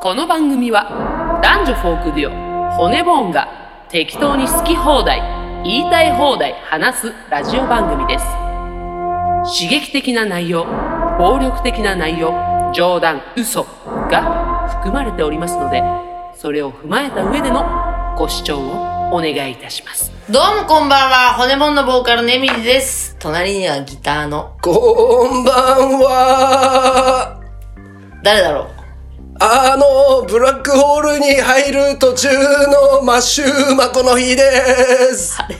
この番組は男女フォークデュオ骨ボーンが適当に好き放題言いたい放題話すラジオ番組です刺激的な内容暴力的な内容冗談嘘が含まれておりますのでそれを踏まえた上でのご視聴をお願いいたしますどうもこんばんは、骨もんのボーカルのエミリです。隣にはギターの、こんばんは誰だろうあの、ブラックホールに入る途中のマッシューマコの日です覚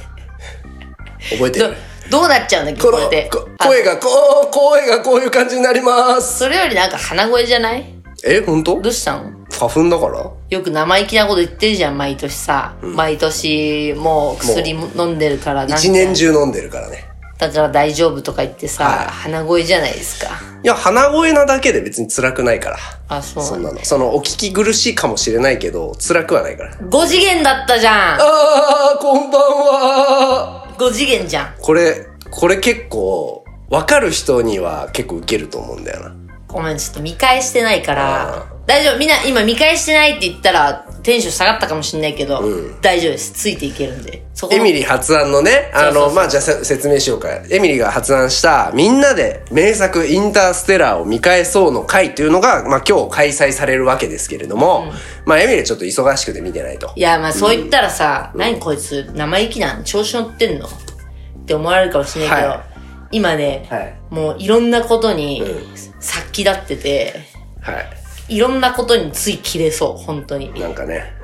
えてどる、どうなっちゃうんだっけ、ここのれってこ。声あ。がこう、声がこういう感じになります。それよりなんか鼻声じゃないえ、ほんとどうしたの花粉だからよく生意気なこと言ってるじゃん、毎年さ。毎年、もう薬飲んでるから、なんか一年中飲んでるからね。だから大丈夫とか言ってさ、はい鼻声じゃないですか。いや、鼻声なだけで別に辛くないから。あ、そうそんなの。その、お聞き苦しいかもしれないけど、辛くはないから。 5次元だったじゃんあー、こんばんは !5 次元じゃん。これ、これ結構、わかる人には結構ウケると思うんだよな。ごめん、ちょっと見返してないかあら。大丈夫、みんな今見返してないって言ったら、テンション下がったかもしれないけど、大丈夫です。ついていけるんで。そこエのミリー発案のね、そうあそうその、うまあ、じゃあせ説明しようか。エミリーが発案した、みんなで名作インターステラーを見返そうの会というのが、まあ、今日開催されるわけですけれども、まあ、エミリーはちょっと忙しくて見てないとい。や、まあそう言ったらさ、何こいつ、生意気なの調子乗ってんのって思われるかもしれないけど、はい今ね、はいもういろんなことにん先立ってて、はい。いろんなことについ切れそう、本当に。なんかね、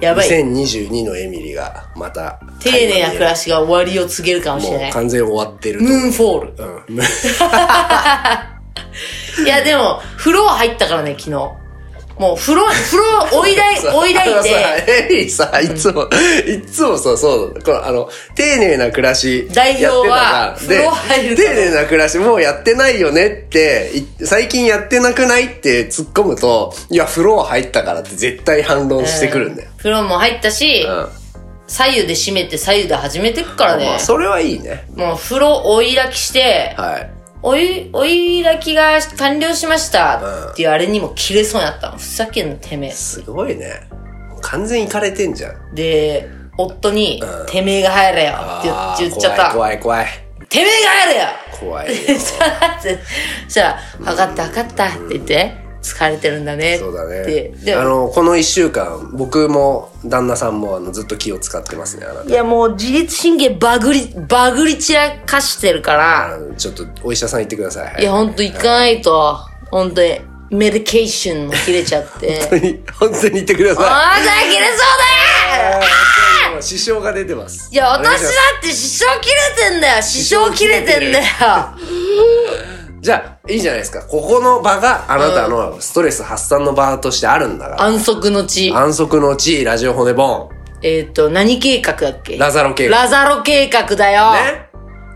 やばい。 2022のエミリーが、また、丁寧な暮らしが終わりを告げるかもしれなもうい。完全に終わってるとム思う。ーンフォール。うん。いや、でも、風呂入ったからね、昨日。もう、風呂、風呂追い だい、追いだいあのて、さエミリーさ、いつも、いつもさ、そうなのこの、あの、丁寧な暮らし。代表はやってたじゃんで風呂入ると丁寧な暮らし、もうやってないよねって、い最近やってなくないって突っ込むと、いや、風呂入ったからって絶対反論してくるんだよ。風呂も入ったしう、ん。左右で締めて左右で始めてくからまねあ、。それはいいね。もう、風呂追いだきして、はい。追い、追いだきが完了しましたっていうあれにも切れそうになったの。ふざけんな、てめえ。すごいね。完全にいかれてんじゃん。で、夫に、てめえが入れよって言あっー言っちゃった。怖い怖いてめえが入れよ 怖い。怖いよ。ってそしたら、分かった分かったって言って、疲れてるんだねって。そうだでね。であの、この一週間、僕も旦那さんもあのずっと気を使ってますね、あなたいやもう自律神経バグり、バグり散らかしてるから、あのちょっとお医者さん行ってください。いやほんと行かないと、ほんとに、メディケーションも切れちゃ って。本当に、本当に行ってくださあんた切れそうい。だよ今支障が出てます。いや私お願だいしますって支障切れてんだよ支障切れてん だよじゃあ、いいじゃないですか。ここの場があなたのストレス発散の場としてあるんだから。安息の地。安息の地、ラジオ骨ボえっ、ー、と、何計画だっけン、ラザロ計画。ラザロ計画だよ、ね。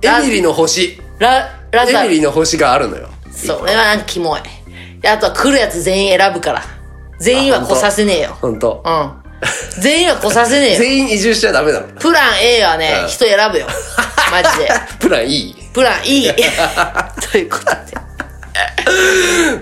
エミリの星。ラ、ラザロエミリ。の星があるのよ。それはなんかキモい。であとは来るやつ全員選ぶから。全員は来させねえよ。本当う。ん。全員は来させねえよ。全員移住しちゃダメなの。プラン A はねう、ん人選ぶよ。 マジで。プランいいプラン E。ということで。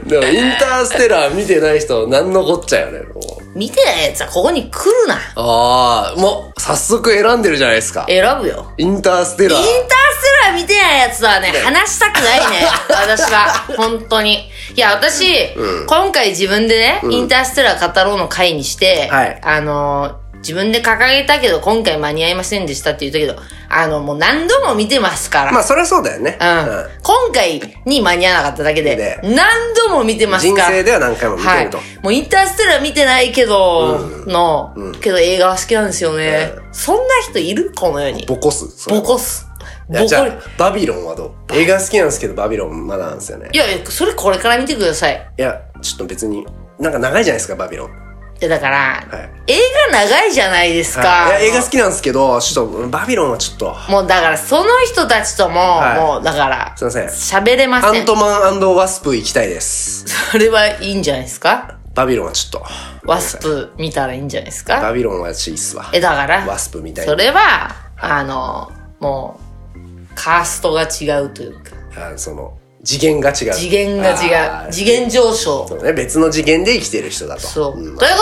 でも、インターステラー見てない人、なんのこっちゃよね、もう。見てないやつはここに来るな。ああ、もう、早速選んでるじゃないですか。選ぶよ。インターステラインターー。ステラー見てないやつはね、話したくない ね。私は。本当に。いや、私、今回自分でね、インターステラー語ろうの回にして、はいあのー自分で掲げたけど、今回間に合いませんでしたって言ったけど、あの、もう何度も見てますから。 まあ、そりゃそうだよね。うん。今回に間に合わなかっただけでで、何度も見てます人から。生では何回も見てはいると。。もうインターステラー見てないけど、の、けど映画は好きなんですよね。そんな人いるこの世に。ボコす。それボコす。いボコやり。じゃあ、バビロンはどう映画好きなんですけど、バビロンまだなんですよね。いやいや、それこれから見てください。いや、ちょっと別に、なんか長いじゃないですか、バビロン。はいや、だから、映画長いじゃないですか。い。いや、映画好きなんですけど、ちょっと、バビロンはちょっと、もうだから、その人たちとも、いもうだからすい、ません。喋れまアせんン。トマンワスプ行きたいです。それはいいんじゃないですかバビロンはちょっと、ワスプ見たらいいんじゃないですかバビロンはちょっといいっすわ。え、だから、ワスプみたいにそれは、あの、もう、カーストが違うというか。あのその、次元が違う。次元が違あう。ー次元上昇。そうね、別の次元で生きてる人だと。そう。んということで、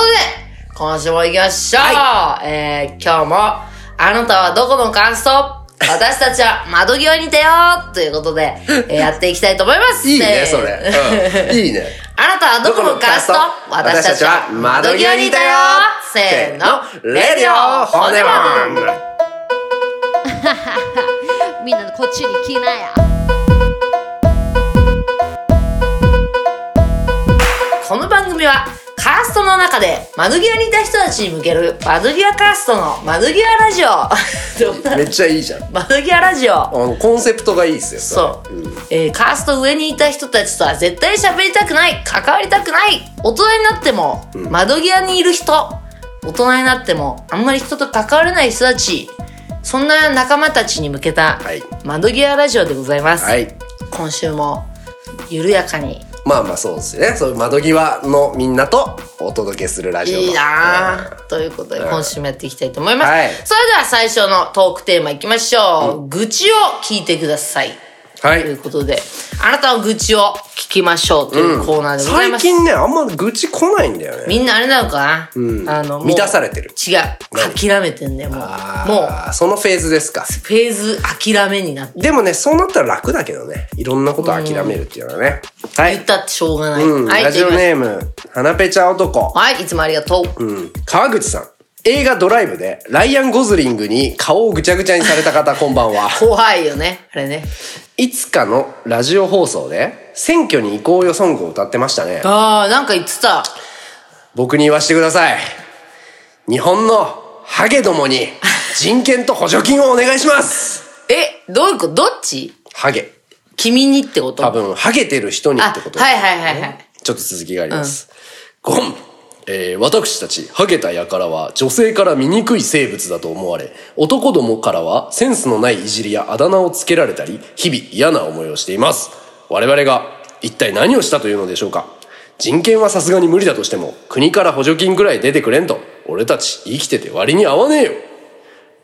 今週も行きましょう、えー、今日も、あなたはどこの感想私たちは窓際にいたよということで、 えーやっていきたいと思います。いいね、せーそれ。うんいいね。あなたはどこのカスト私たちは窓際にいたよせーの、レディオ骨はンみんなこっちに来なやこの番組は、カーストの中で窓際にいた人たちに向ける窓際カーストの窓際ラジオ。 どうなめっちゃいいじゃん。あ窓際ラジオ。の、コンセプトがいいっすよ。そう、えーカースト上にいた人たちとは絶対喋りたくない関わりたくない大人になっても窓際にいる人、大人になってもあんまり人と関われない人たちそんな仲間たちに向けたはい窓際ラジオでございます、はい。今週も緩やかにまあまあそうですね。そういう窓際のみんなとお届けするラジオのいいなあということで今週もやっていきたいと思います、はいそれでは最初のトークテーマいきましょう、愚痴を聞いてくださいはというい。ことで、あなたの愚痴を聞きましょうというコーナーでござい最ます。近ね、あんま愚痴来ないんだよね。みんなあれなのかな、あの、もう満たされてる違う。諦めてんね、もう。もう、あーそのフェーズですか。フェーズ諦めになって、でもね、そうなったら楽だけどね。いろんなことを諦めるっていうのはね。は言っい。たってしょうがない。うん。はい、ラジオじゃあ行きネーム、はなぺちゃん男。ますはい、いつもありがとう。うん川口さん。映画ドライブで、ライアン・ゴズリングに顔をぐちゃぐちゃにされた方、こんばんは。怖いよね、あれね。いつかのラジオ放送で、選挙に行こうよソングを歌ってましたね。ああ、なんか言ってた。僕に言わせてください。日本のハゲどもに、人権と補助金をお願いします。え、どういうことどっちハゲ。君にってこと多分、ハゲてる人にあ、ってことはいはいはいはい。ちょっと続きがあります。ゴンえー私たち、ハゲた輩は女性から醜い生物だと思われ、男どもからはセンスのないいじりやあだ名をつけられたり、日々嫌な思いをしています。我々が一体何をしたというのでしょうか人権はさすがに無理だとしても、国から補助金くらい出てくれんと、俺たち生きてて割に合わねえよ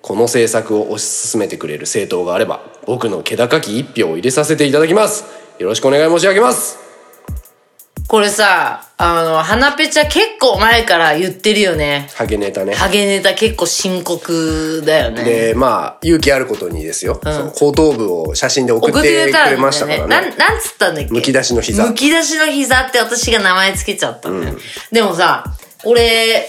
この政策を推し進めてくれる政党があれば、僕の気高き一票を入れさせていただきます。よろしくお願い申し上げます。これさ、あの、花ペチャ結構前から言ってるよね。ハゲネタね。ハゲネタ結構深刻だよね。で、まあ、勇気あることにですよ。その後頭部を写真で送送ってくっれてくたれましたんだかよらねね。なん、なんつったんだっけむき出しの膝むき出しの膝って私が名前つけちゃったんだよ。でもさ、俺、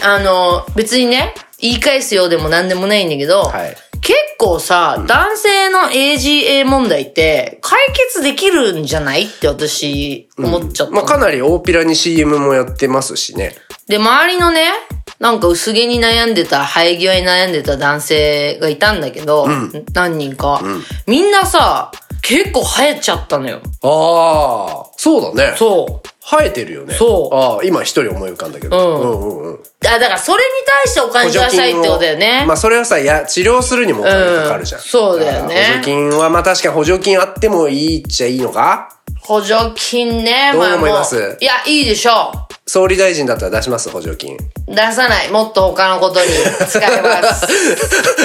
あの、別にね、言い返すようでも何でもないんだけど、はい結構さ、男性の AGA 問題って解決できるんじゃないって私思っちゃったの、まあ、かなり大っぴらに CM もやってますしね。で、周りのね、なんか薄毛に悩んでた、生え際に悩んでた男性がいたんだけど、何人か、みんなさ、結構生えちゃったのよ。ああ、そうだね。そう。生えてるよね。そうああ、今一人思い浮かんだけど。うんうんうんうん。あ、だからそれに対してお金くださいってことだよね。まあ、それはさ、や、治療するにもお金かかるじゃん。うんそうだよねから補助金は、まあ、確かに補助金あってもいいっちゃいいのか補助金ね、どうまあ思いますもういや、いいでしょ総理大臣だったら出します、補助 金。う。出さない。もっと他のことに使えます。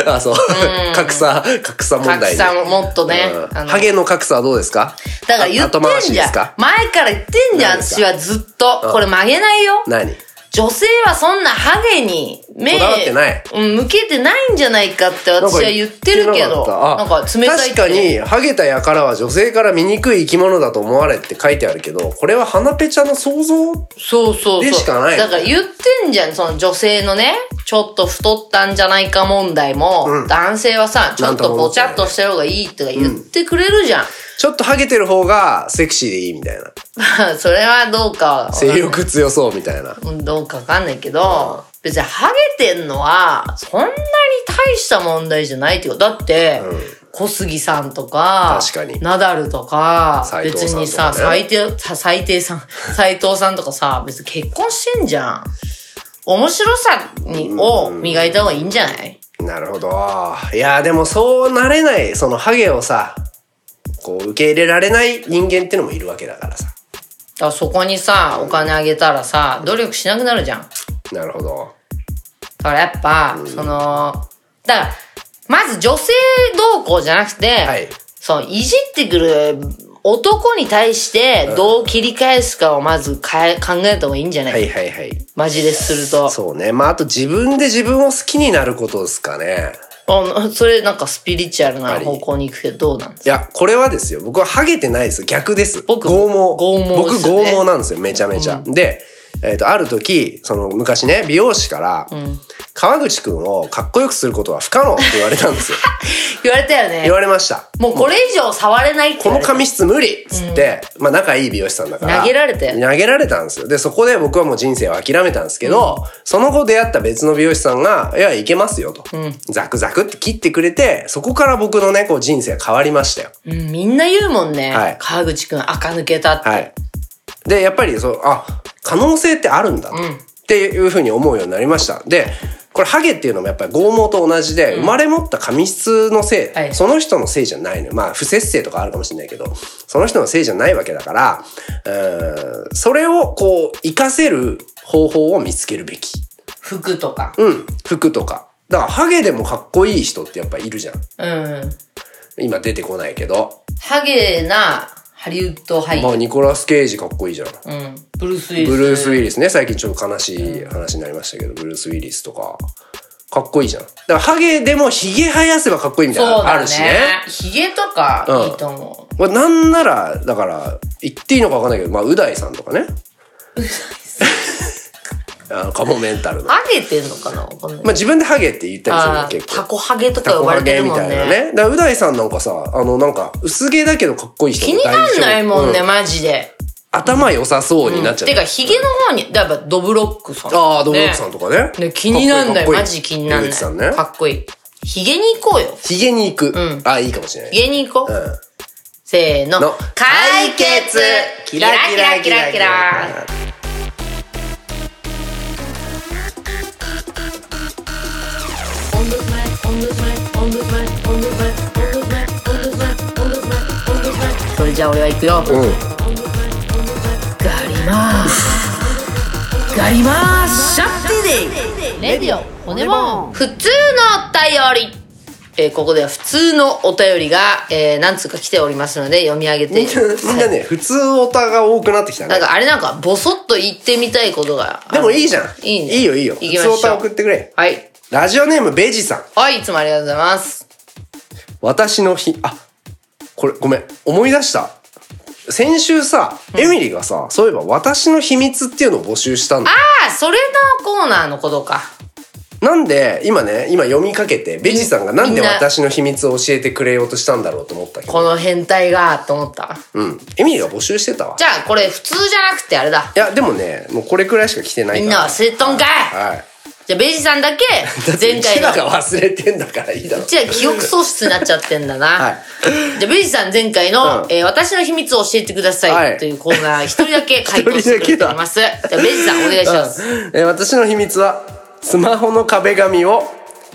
あ、そう。 格差、格 差問題、ね。格差ももっとねうんあのハゲの格差はどうですかだから言ってあ後回しんじでゃんすか。前から言ってんじゃん、何です私かはずっと。これ曲げないよ。何女性はそんなハゲに目こだわってないうん、向けてないんじゃないかって私は言ってるけど、なんか冷たいって。確かに、ハゲたやからは女性から醜い生き物だと思われって書いてあるけど、これは花ペチャの想像そうそうそう。でしかないだから言ってんじゃん、その女性のね、ちょっと太ったんじゃないか問題も、男性はさ、ちょっとぼちゃっとした方がいいとか言ってくれるじゃん。ちょっとハゲてる方がセクシーでいいみたいな。 まあ、それはどうか、性欲強そうみたいな。うんどうかわかんないけど、別にハゲてんのは、そんなに大した問題じゃないってこと。だって、小杉さんとか、確かにナダルとか、斉藤別さんとかねにさ、最低、さ最低 さん、斉藤さんとかさ、別に結婚してんじゃん。面白さに、を磨いた方がいいんじゃないなるほど。いやでもそうなれない、そのハゲをさ、こう受け入れられない人間ってのもいるわけだからさ。だからそこにさ、お金あげたらさ、努力しなくなるじゃん。だなるほど。からやっぱ、その、だから、まず女性同行じゃなくて、はい。そう、いじってくる男に対してどう切り返すかをまずかえ考えた方がいいんじゃない、はいはいはい。マジですると。そうね。まあ、あと自分で自分を好きになることですかね。あそれなんかスピリチュアルあなり方向に行くけどどうなんですかいや、これはですよ。僕はハゲてないです。逆です。僕剛毛。剛毛僕、ですよ剛ね毛なんですよ。めちゃめちゃ。で、えっ、と、ある時、その、昔ね、美容師から、川口くんをかっこよくすることは不可能って言われたんです よ。言われたよね言。われました。もうこれ以上触れないってこ言わのれた。髪質無理っつって、まあ仲いい美容師さんだから。投げられたよ投げられたんですよ。で、そこで僕はもう人生を諦めたんですけど、その後出会った別の美容師さんが、いや、いけますよと、ザクザクって切ってくれて、そこから僕のね、こう人生が変わりましたよ。うんみんな言うもんね。はい川口くん垢抜けたって。はい。で、やっぱりそう、あ、可能性ってあるんだと、っていうふうに思うようになりました。で、これハゲっていうのもやっぱり剛毛と同じで、生まれ持った髪質のせい、はいその人のせいじゃないのよ。まあ、不節制とかあるかもしれないけど、その人のせいじゃないわけだから、うーんそれをこう、活かせる方法を見つけるべき。服とか。うん、服とか。だから、ハゲでもかっこいい人ってやっぱいるじゃん。うん。今出てこないけど。ハゲなハリウッド俳優。まあ、ニコラス・ケイジかっこいいじゃん。うん。ブルース・ウィリス。ブルース・ウィリスね最近ちょっと悲しい話になりましたけどブルース・ウィリスとかかっこいいじゃんだからハゲでもヒゲ生やせばかっこいいみたいなそのうだあね。るしねヒゲとかうんいいと思これなんならだから言っていいのかわかんないけどまあう大さんとかね あのカモメンタルう。の、まハゲてんのかなわかんない。あ、自分でハゲって言ったありするーの結タ構コハゲとか呼ばれてるもんタコハゲみたいね。なねだからう大さんなんかさあのなんか薄毛だけどかっこいい人気になんないもんね、うんマジで。頭良さそうになっちゃっててか、ヒゲの方に、だからドブロックさん。ああドブロックさんとかねね。ね気になんない。かっこいいかっこいいマジ気になんな井い。口さんねかっこいい。ヒゲに行こうよ。ヒゲに行く、んあいいかもしれないヒゲに行こう。うんせーの。の解決キラキラキラキラそれじゃあ俺は行くよ。うんガリマーシャガリマーシャッティデイレディオ骨も普通のお便りえーここでは普通のお便りが、えー、何通か来ておりますので読み上げてみんなみんなね、普通オタが多くなってきたなねん。かあれなんかボソッと言ってみたいことがでもいいじゃん。いいねいいよいいよ。行普きまし通ょうオタ送ってくれ。はいラジオネームベジさん。はいいつもありがとうございます私の日、あ、これごめん。思い出した。先週さ、エミリーがさ、そういえば私の秘密っていうのを募集したんだ。ああそれのコーナーのことかなんで、今ね、今読みかけて、ベジさんがなんでみんな私の秘密を教えてくれようとしたんだろうと思ったけど。この変態がと思ったうん。エミリーが募集してたわ。じゃあこれ普通じゃなくてあれだいや、でもね、もうこれくらいしか来てないみから。んな忘れとんかいはい。じゃあベイジさんだけだって前回うちのらが忘れてんだからいいだろう。ちら記憶喪失になっちゃってんだな。はいじゃあ、ベイジさん前回の、うんえー私の秘密を教えてください、はいというコーナー、一人だけ回答してくれております。じゃあ、ベイジさんお願いします。えー私の秘密はスマホの壁紙を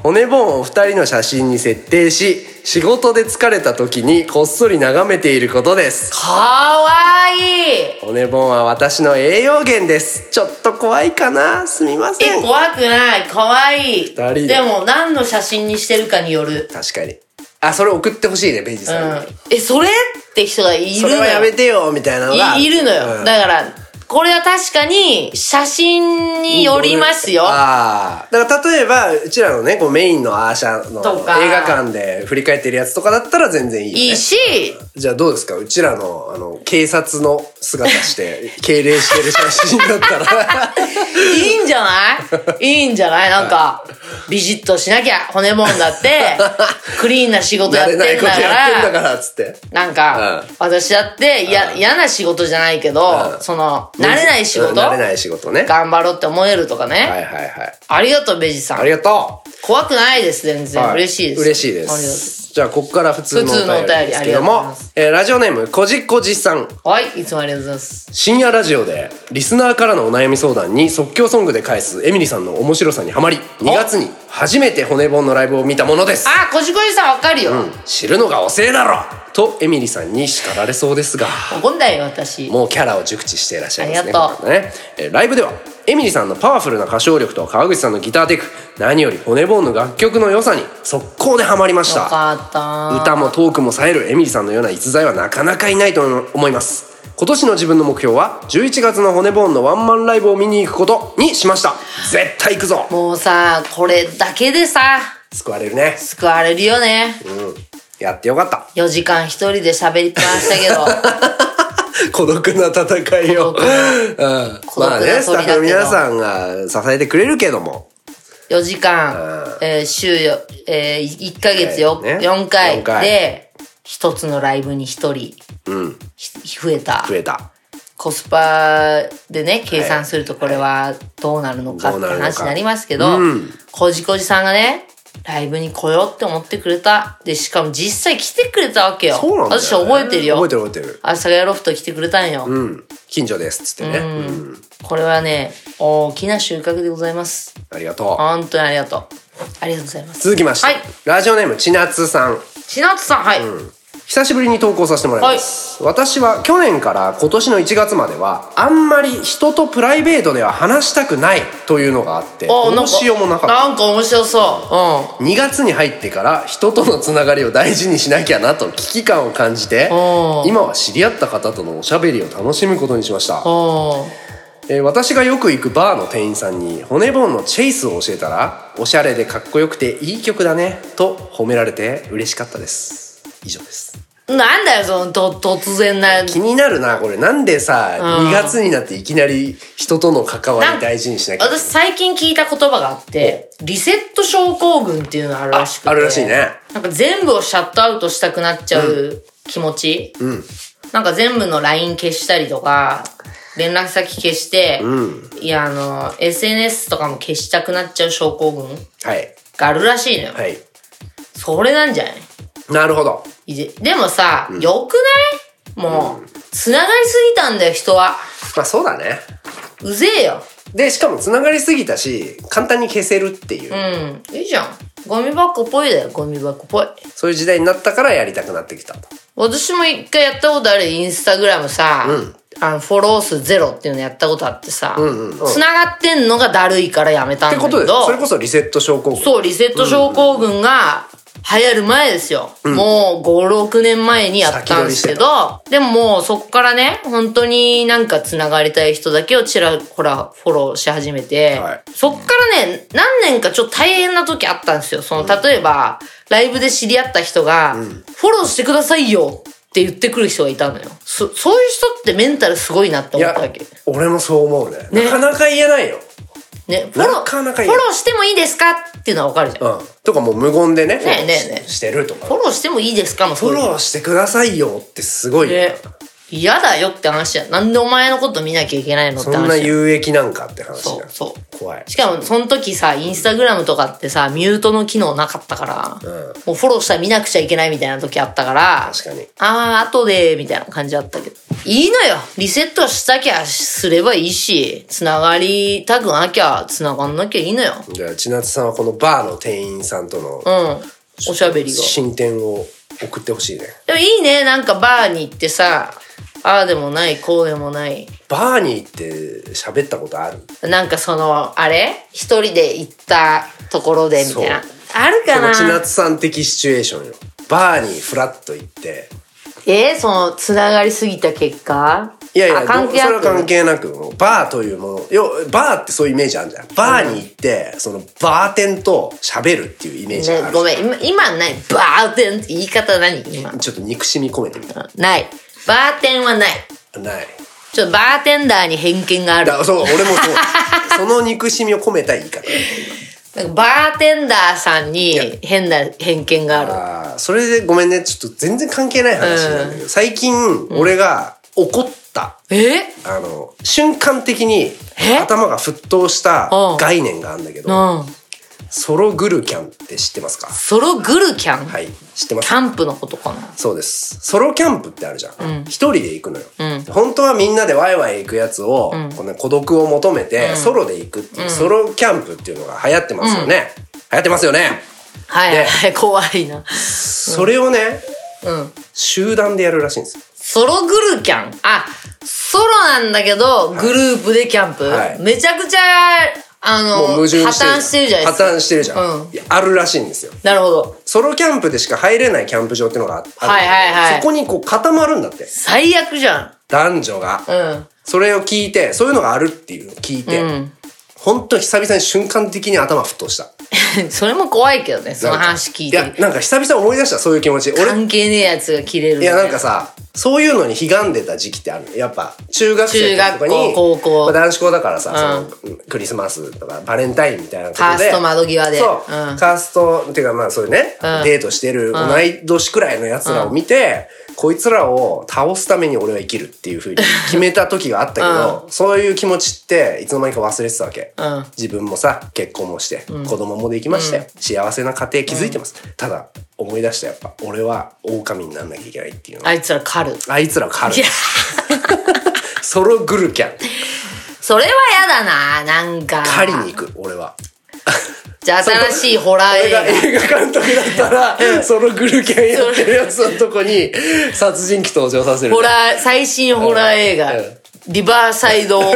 骨盆を2人の写真に設定し仕事で疲れた時にこっそり眺めていることですかわいい骨盆は私の栄養源ですちょっと怖いかなすみませえ、ん怖くない。かわいい。人ででも、何の写真にしてるかによる。確かにあそれ送ってほしいねベイジうさんに、ん。え、それって人がいるそのれよ。はやめてよみたいなのがいいるのよ。うんだから、これは確かに、写真によりますよ。ああ。だから例えば、うちらのね、こうメインのアーシャのとか映画館で振り返ってるやつとかだったら全然いいよ、ね。いいし、じゃあどうですかうちらの、あの、警察の姿して、 敬礼してる写真だ ったら。いいんじゃないいいんじゃないなんか、ビジッとしなきゃ、骨もんだって、 クリーンな仕事や慣ってれんないだことか、やってんだからら、つって。なんか、うん私だって、いや、嫌な仕事じゃないけど、うんその、慣れない仕事、うん慣れない仕事ね。頑張ろうって思えるとかね。はいはいはい。ありがとう、ベジさあんり。がとう怖くないです、全然。は嬉しいです。嬉しいで。ありがとうございますじゃあ、ここから普通のお便りです普通けどのお便りありがとうございまもす、えーラジオネーム、こじこじさん。す。はい、いつもありがとうございます。深夜ラジオでリスナーからのお悩み相談に即興ソングで返すエミリさんの面白さにはまり2月に初めて骨盆のライブを見たものですあ、こじこじさんわかるよ。知るのが遅えだろとエミリさんに叱られそうですが怒んないよ、私。もうキャラを熟知していらっしゃいますねありがとうこの方ねえーライブではエミリさんのパワフルな歌唱力と川口さんのギターテク何より骨ボーンの楽曲の良さに速攻でハマりましよたかった歌もトークも冴えるエミリさんのような逸材はなかなかいないと思います今年の自分の目標は11月の骨ボーンのワンマンライブを見に行くことにしました絶対行くぞもうさこれだけでさ救われるね救われるよねうんやってよかった4時間一人で喋りっぱなしだけど 孤独な戦いを、孤独うん、孤独なまあねスタ鳥だけどッフの皆さんが支えてくれるけども4時間、えー週よ、え1ヶ月よ、えーね4回四回で一つのライブに一人、ひ増えた増えたコスパでね計算するとこれはどうなるのかってどうなるのか話になりますけど、うんこじこじさんがねライブに来ようって思ってくれたでしかも実際来てくれたわけよそうなんだよ、ね、私覚えてるよ覚えてる覚えてるあさがやロフト来てくれたんよ、うん近所ですっつってね、うんこれはね大きな収穫でございますありがとう本当にありがとうありがとうございます続きまして、はいラジオネームちなつさんちなつさんはい、久しぶりに投稿させてもらいます、私は去年から今年の1月まではあんまり人とプライベートでは話したくないというのがあってあどうしようもなかったなんか面白そ2月に入ってから人とのつながりを大事にしなきゃなと危機感を感じておー今は知り合った方とのおしゃべりを楽しむことにしましたう、うんうんえー私がよく行くバーの店員さんに骨ボーンのチェイスを教えたらおしゃれでかっこよくていい曲だねと褒められて嬉しかったです以上ですなんだよそのと突然な気になるなこれなんでさ、うん2月になっていきなり人との関わり大事にしなきゃ私最近聞いた言葉があって、リセット症候群っていうのがあるらしくて。ああるらしいね。なんか全部をシャットアウトしたくなっちゃう気持ち。なんか全部の LINE 消したりとか、連絡先消して、いや、あの、SNS とかも消したくなっちゃう症候群はいがあるらしいのよ。はいそれなんじゃないなるほどいじでもさ、よくないもう、つながりすぎたんだよ、人は。まあそうだねうぜえよ。でしかもつながりすぎたし簡単に消せるっていう、うん。いいじゃん。ゴミ箱っぽいだよ、ゴミ箱っぽい。そういう時代になったからやりたくなってきたと私も一回やったことあるインスタグラムさ、あのフォロー数ゼロっていうのやったことあってさ、繋うんうんがってんのがだるいからやめたんっだてけどことでそれこそリセット症候群そうリセット症候群が流行る前ですよ、もう56年前にやったんですけどでももうそこからね本当になんか繋がりたい人だけをちらほらフォローし始めて、はいそっからね何年かちょっと大変な時あったんですよその例えば、ライブで知り合った人が、フォローしてくださいよ」って言ってくる人がいたのよそそういう人ってメンタルすごいなってい思っやたわけ俺もそう思うねねなかなか言えないよねフォローなかなかいいフォローしてもいいですかっていうのはわかるじゃん、うんとかもう無言でねねえねえねえししてるとかフォローしてもいいですかもフそォういうローしてくださいよってすごいよで嫌だよって話じゃんなんでお前のこと見なきゃいけないのってそ話んなじゃん有益なんかって話そだうそう怖いしかもその時さインスタグラムとかってさミュートの機能なかったから、うんもうフォローしたら見なくちゃいけないみたいな時あったから確かにああ後でみたいな感じだったけどいいのよリセットしたきゃすればいいしつながりたくなきゃつながんなきゃいいのよじゃあ千夏さんはこのバーの店員さんとのうんおしゃべりが進展を送ってほしいねでもいいねなんかバーに行ってさああでもないこうでもないバーに行って喋ったことあるなんかそのあれ一人で行ったところでみたいなそうあるかその千な夏さん的シチュエーションよバーにフラッと行ってえー、そのつながりすぎた結果いやいやあ関係どあそれるは関係なくもうバーというもの要バーってそういうイメージあるじゃんバーに行って、そのバーテンと喋るっていうイメージがあねる、ごめん今今ないバーテンって言い方何今ちょっと憎しみ込めてみたないバーテンはないないちょっとバーテンダーに偏見があるだそう俺も そうその憎しみを込めた言い方なんかバーテンダーさんやに変な偏見があるあーそれでごめんねちょっと全然関係ない話なんだけど、最近俺が怒った、えあの瞬間的にえ頭が沸騰したうん概念があるんだけど、うんソログルキャンって知ってますかソログルキャン、はい知ってまキすャンプのことかなそうですソロキャンプってあるじゃん一、人で行くのよ、ん本当はみんなでワイワイ行くやつを、こんな孤独を求めてソロで行くっていう、ソロキャンプっていうのが流行ってますよね、流行ってますよねはい、ねはい、怖いなそれをねうん集団でやるらしいんですよソログルキャンあ、ソロなんだけど、グループでキャンプ、はいめちゃくちゃ、あの、もう矛盾してる破綻してるじゃないですか。破綻してるじゃん、うんいやあるらしいんですよなるほど。ソロキャンプでしか入れないキャンプ場っていうのがあって、はいはいはいそこにこう固まるんだって最悪じゃん。男女が、うん。それを聞いてそういうのがあるっていうのを聞いて、うん本当久々に瞬間的に頭沸騰した それも怖いけどね、その話聞いなんかて。やなんか久々思い出したそういう気持ち俺関係ねえやつが切れる。いやなんか、さそういうのに悲願でた時期ってあるやっぱ中学生とか中に学校高校まあ男子校だからさ、そのクリスマスとかバレンタインみたいなことでカースト窓際で。そう、んカーストっていうかまあそういうね、うんデートしてる同い年くらいのやつらを見て、こいつらを倒すために俺は生きるっていうふうに決めた時があったけど、そういう気持ちっていつの間にか忘れてたわけ、うん自分もさ結婚もして、子供もできましたよ、幸せな家庭築いてます、ただ思い出したやっぱ俺は狼にならなきゃいけないっていうのあいつら狩る。あいつら狩いるや、 ソログルキャンそれはやだな、なんか。狩りに行く俺はじゃあ新しいホラー俺映画が。映画監督だったら、そのグルキャンやってるやつのとこに、殺人鬼登場させる。ホラー、最新ホラー映画うんうん。リバーサイド、ほ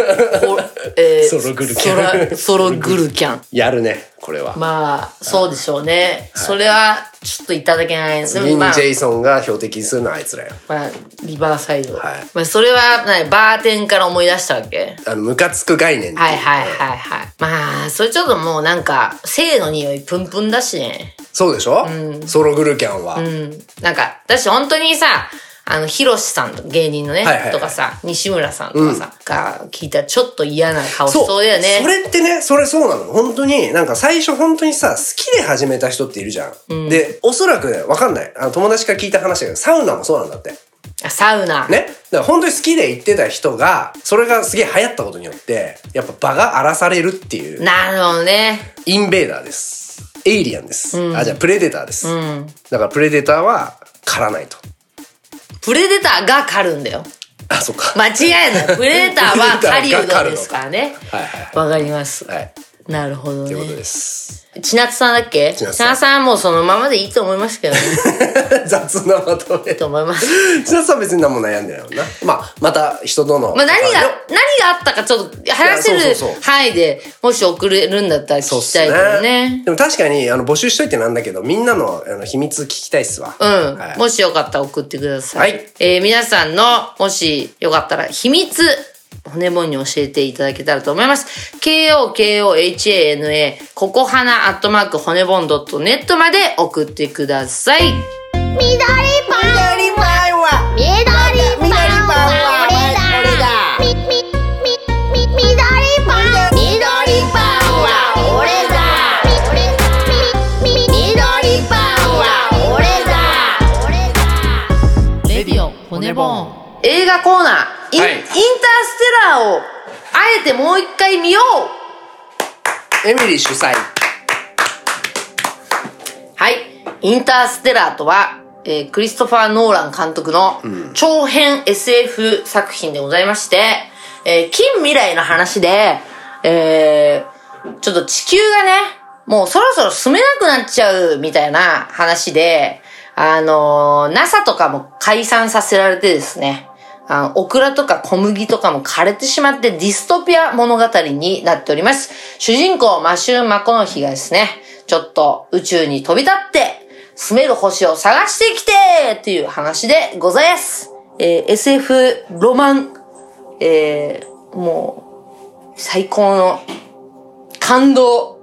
えー ソログルキャンソラソログルキャン。やるね、これは。まあ、そうでしょうね。それは、ちょっといただけないですミニ・まあジェイソンが標的にするのはあいつらよ。まあ、リバーサイド。はいまあ、それは、なにバーテンから思い出したわけあの、ムカつく概念っていうはいはいはいはい。まあ、それちょっともうなんか、性の匂いプンプンだしね。そうでしょ、ソログルキャンは。うん。なんか、私本当にさ、あの、ヒロシさんと芸人のね、はいはいはいとかさ、西村さんとかさ、が聞いたらちょっと嫌な顔しそうそうだよね。それってね、それそうなの。本当に、なんか最初本当にさ、好きで始めた人っているじゃん。で、おそらくね、わかんない。あの友達から聞いた話だけど、サウナもそうなんだって。あサウナ。ね。だから本当に好きで行ってた人が、それがすげえ流行ったことによって、やっぱ場が荒らされるっていう。なるほどね。インベーダーです。エイリアンです。あ、じゃあプレデターです。だからプレデターは狩らないと。プレデターが狩るんだよ。あ、そっか。間違い ない。プレデターは狩プレ人デターが狩るのですからね。はいはいわかります。はい。はい。なるほどということね。です。 千夏さんだっけ千千夏夏さんさんはもうそのままでいいと思いますけ どね。雑なまとめいい。と思います。千夏さんは別に何も悩んでないもんな。まあ、また人との。まあ、何が、何があったかちょっと話せいやそうそうそるう範囲で、もし送れるんだったら聞そうっきすたいけどね。ね。でも確かに、あの、募集しといてなんだけど、みんなのあの秘密聞きたいっすわ。うん、はいもしよかったら送ってください。はいえー皆さんの、もしよかったら、秘密、骨盆に教えていただけたらと思います。kokohana、ここはな、アットマーク、骨盆 .net まで送ってください。緑パン緑パンは緑パンは俺だみみみみ緑パン緑パンは俺だみみみみ緑パンは俺だ俺だレディオ骨盆映画コーナーイン,、はいインターステラーをあえてもう一回見ようエミリー主催。はいインターステラーとは、えークリストファー・ノーラン監督の長編 SF 作品でございまして、えー近未来の話で、えーちょっと地球がねもうそろそろ住めなくなっちゃうみたいな話であのー NASA とかも解散させられてですねあの、オクラとか小麦とかも枯れてしまってディストピア物語になっております。主人公マシュー・マコノヒがですね、ちょっと宇宙に飛び立って、住める星を探してきてっていう話でございます。えー SF ロマン、えーもう、最高の感動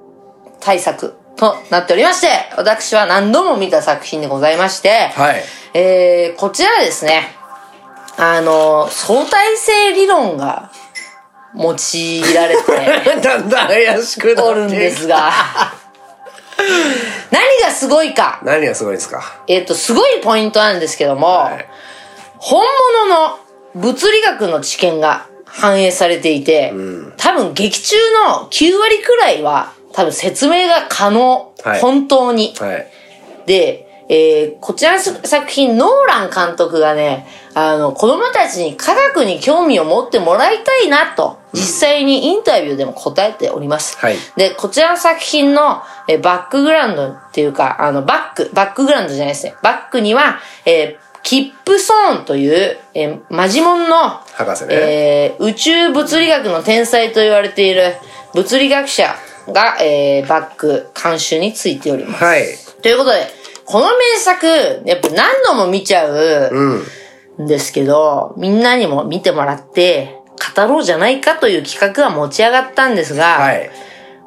対策となっておりまして、私は何度も見た作品でございまして、はい。えーこちらはですね、あの、相対性理論が用いられてだ んだん怪しくなってきたおるんです が、何がすごいか、何がすごいですかえっ、と、すごいポイントなんですけども、い本物の物理学の知見が反映されていて、多分劇中の9割くらいは、多分説明が可能。はい本当に。はい。で、えーこちらの作品、ノーラン監督がね、あの、子供たちに科学に興味を持ってもらいたいなと、実際にインタビューでも答えております。はいで、こちらの作品の、えーバックグラウンドっていうか、あの、バック、バックグラウンドじゃないですね。バックには、えーキップソーンという、えーマジモンの、博士ねえー宇宙物理学の天才と言われている物理学者が、えーバック監修についております。はい。ということで、この名作、やっぱ何度も見ちゃうんですけど、みんなにも見てもらって、語ろうじゃないかという企画が持ち上がったんですが、はい。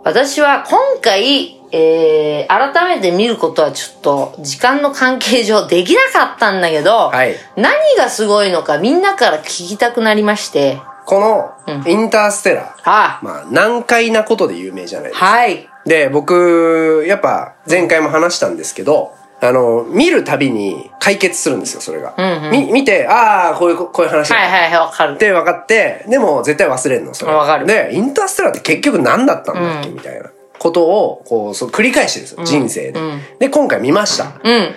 私は今回、えー、改めて見ることはちょっと時間の関係上できなかったんだけど、はい何がすごいのかみんなから聞きたくなりまして、この、インターステラー。あ、まあ、難解なことで有名じゃないですか。はい、で、僕、やっぱ、前回も話したんですけど、あの、見るたびに解決するんですよ、それが。み見て、ああ、こういう、こういう話だはいはいはい、わかるっ。て分かって、でも絶対忘れんの、それ。わかるで、インターステラーって結局何だったんだっけ、みたいなことを、こう、そう繰り返してるんですよ、人生で、で、今回見ました。うん。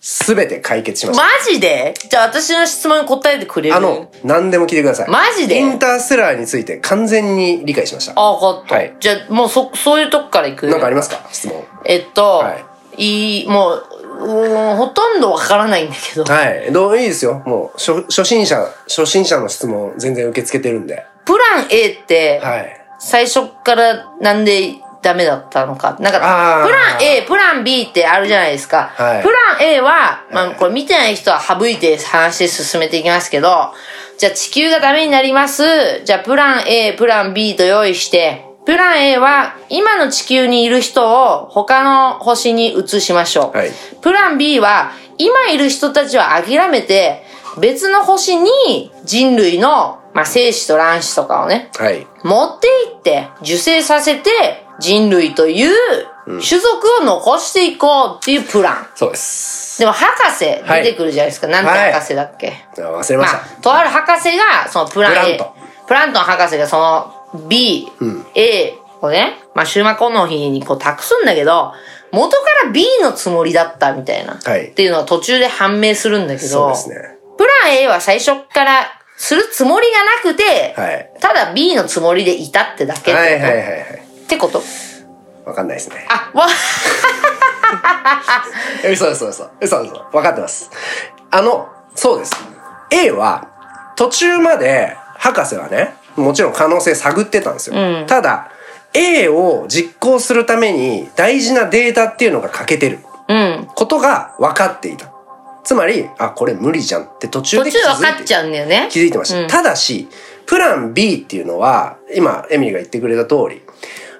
すべて解決しましマた。ジでじゃあ私の質問に答えてくれるあの、何でも聞いてください。マジでインターステラーについて完全に理解しました。あ、わかった。はいじゃあもうそ、そういうとこから行くなんかありますか質問。えっと、はいい、いもう、うーんほとんどわからないんだけど、はい。どういいですよ。もう、初初心者、初心者の質問全然受け付けてるんで。プラン A って、はい。最初からなんでダメだったのか。なんかあ、ープラン A、プラン B ってあるじゃないですか。はいプラン A は、まはあ、いこれ見てない人は省いて話進めていきますけど、じゃあ地球がダメになります。じゃあプラン A、プラン B と用意して、プラン A は今の地球にいる人を他の星に移しましょう。はいプラン B は今いる人たちは諦めて別の星に人類の、まあ、精子と卵子とかをね、はい。持って行って、受精させて、人類という種族を残していこうっていうプラン。そうです。でも博士出てくるじゃないですか。なんはいて博士だっけ、あ忘れまました。あ、とある博士が、そのプラン A。プラントプラントの博士がその B、A をね、まあ、シューマコの日にこう託すんだけど、元から B のつもりだったみたいな。はいっていうのは途中で判明するんだけど。そうですね。プラン A は最初からするつもりがなくて、はいただ B のつもりでいたってだけってこと,、はいはいはいはい。ってことわかんないですね。あ、わ、え嘘嘘嘘。嘘嘘。わかってます。あの、そうです。A は、途中まで、博士はね、もちろん可能性探ってたんですよ。ただ、A を実行するために大事なデータっていうのが欠けてるうん。ことが分かっていた。つまり、あ、これ無理じゃんって途中途で中気づいて分かっちゃうんだよね。気づいてました。うんただし、プラン B っていうのは、今、エミリーが言ってくれた通り、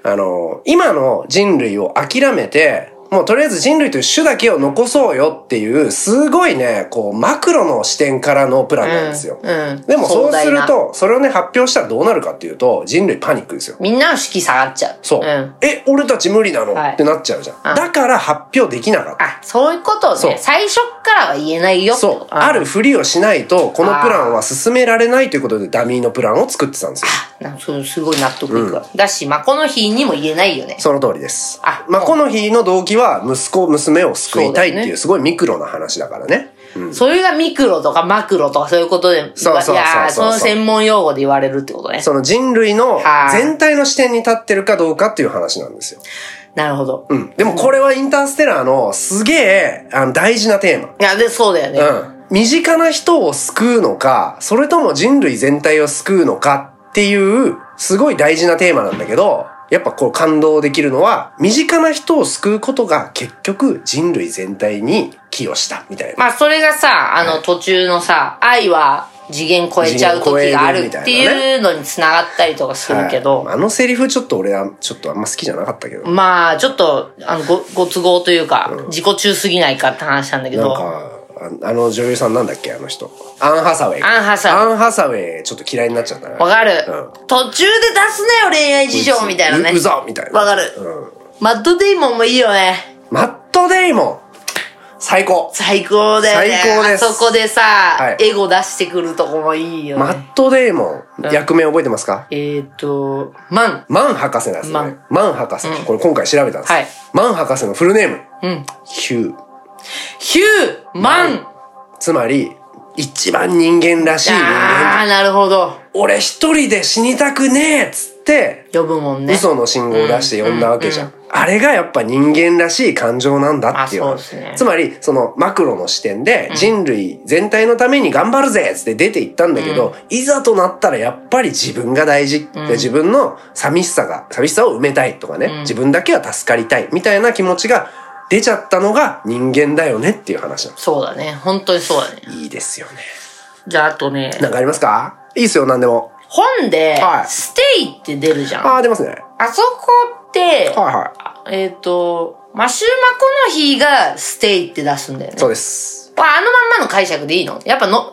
あの、今の人類を諦めて、もうとりあえず人類という種だけを残そうよっていう、すごいね、こう、マクロの視点からのプランなんですよ。うんうんでもそうする壮大と、それをね、発表したらどうなるかっていうと、人類パニックですよ。みんなの士気下がっちゃう。そう。ん。え、俺たち無理なの、はいってなっちゃうじゃうんん。だから発表できなかった。あ、そういうことそうね。最初からは言えないよってことそう。ある。ふりをしないと、このプランは進められないということで、ダミーのプランを作ってたんですよ。なんかそうすごい納得いくわ。だし、まあ、この日にも言えないよね。その通りです。あまあ、この日の動機は息子、娘を救いたいってそうだよいねうすごいミクロな話だからね。それがミクロとかマクロとかそういうことで、そうそうそうそういやーその専門用語で言われるってことね。その人類のはい全体の視点に立ってるかどうかっていう話なんですよ。なるほど。うん。でもこれはインターステラーのすげえあの大事なテーマ。いや、で、そうだよね。うん。身近な人を救うのか、それとも人類全体を救うのかっていう、すごい大事なテーマなんだけど、やっぱこう感動できるのは、身近な人を救うことが結局人類全体に寄与したみたいな。まあそれがさ、あの途中のさ、愛は次元超えちゃう時があるっていうのに繋がったりとかするけど、はいあのセリフちょっと俺はちょっとあんま好きじゃなかったけど、まあちょっと、あのご、ご都合というか、自己中すぎないかって話なんだけなんど、かああの女優さんなんだっけあの人アン・ハサウェイアンハサウェイアン・ハサウェイちょっと嫌いになっちゃったねわかる、う途中で出すなよ恋愛事情みたいなね。ううざみたいなわかるうんマッドデイモンもいいよね。マット・デイモン最高最高だよね。最高ですあそこでさ、はいエゴ出してくるとこもいいよね。マット・デイモン役名覚えてますかえーっと、マン。マン博士なんですマよねンマン博士これ今回調べたんですはいマン博士のフルネームうん。ヒューヒューマンつまり一番人間らしい人間あー、なるほど。俺一人で死にたくねえっつっって、呼ぶもんね。嘘の信号を出して呼んだわけじゃん。うんあれがやっぱ人間らしい感情なんだっていう話。あそうですねつまり、そのマクロの視点で人類全体のために頑張るぜっつって出ていったんだけど、いざとなったらやっぱり自分が大事、うんで自分の寂しさが、寂しさを埋めたいとかね、うん自分だけは助かりたいみたいな気持ちが出ちゃったのが人間だよねっていう話なの。そうだね。本当にそうだね。いいですよね。じゃあ、あとね、なんかありますかいいっすよ、なんでも。本では、いステイって出るじゃん。ああ、出ますね。あそこって、はいはえっ、と、マシューマコの日がステイって出すんだよね。い。そうです。これあのまんまの解釈でいいのやっぱの、あの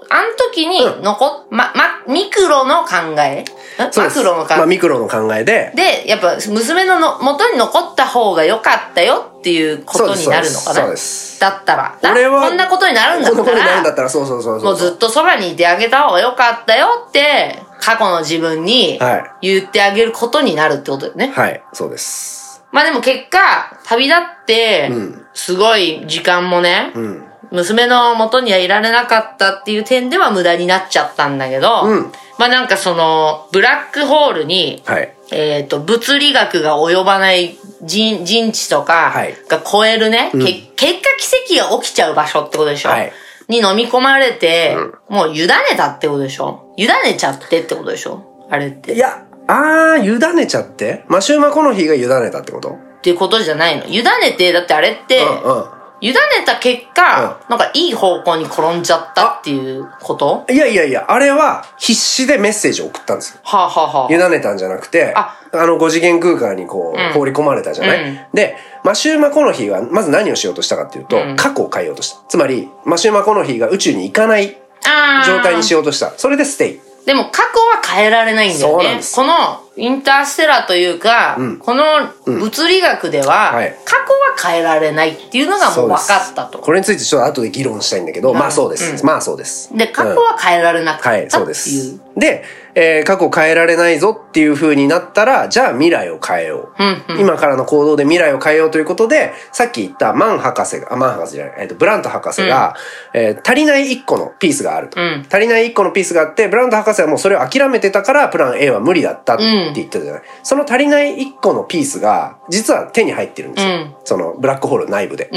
時にう残っ、ま、ま、ミクロの考えんそマうですクロの考え、まあ、ミクロの考えで、で、やっぱ娘のの元に残った方が良かったよっていうことになるのかなそうですそうですだったら。だ俺はこんなことになるんだこのっ子たになるんだらっ、たら、そうそうそうそう。もうずっとそばにいてあげた方が良かったよって、過去の自分にはい言ってあげることになるってことだよね。はい、そうです。まあでも結果、旅立ってん、すごい時間もね、うん。娘の元にはいられなかったっていう点では無駄になっちゃったんだけど、うんまあなんかその、ブラックホールに、はい。えっ、と、物理学が及ばない人人知とかはいが超えるね、け結果奇跡が起きちゃう場所ってことでしょ、はいに飲み込まれて、もう委ねたってことでしょ委ねちゃってってことでしょあれって。いや、あー、委ねちゃってマシューマコの日が委ねたってことっていうことじゃないの。委ねて、だってあれって、う委ねた結果、なんかいい方向に転んじゃったっていうことんうん。いやいやいや、あれは必死でメッセージを送ったんですよ。はあ、はあは委ねたんじゃなくて、ああの5次元空間にこうんう放り込まれたじゃない、うんで、マシューマコの日はまず何をしようとしたかっていうと、うん過去を変えようとした。つまり、マシューマコの日が宇宙に行かないあ、あー状態にしようとした。それでステイ。でも過去は変えられないんだよそうなんねで。すこのインターステラーというか、うんこの物理学では、はい過去は変えられないっていうのがもう分かったと。これについてちょっと後で議論したいんだけど、まあそうです。うんまあそうです。で、過去は変えられなかはっい、たっそうてでいう。す。で、えー過去変えられないぞっていう風になったら、じゃあ未来を変えよう。うんうん今からの行動で未来を変えようということで、さっき言ったマン博士が、あ、マン博士じゃない、えっ、と、ブラント博士が、えー足りない一個のピースがあると。うん足りない一個のピースがあって、ブラント博士はもうそれを諦めてたから、プラン A は無理だったって言ってたじゃない。その足りない一個のピースが、実は手に入ってるんですよ。うんその、ブラックホール内部で。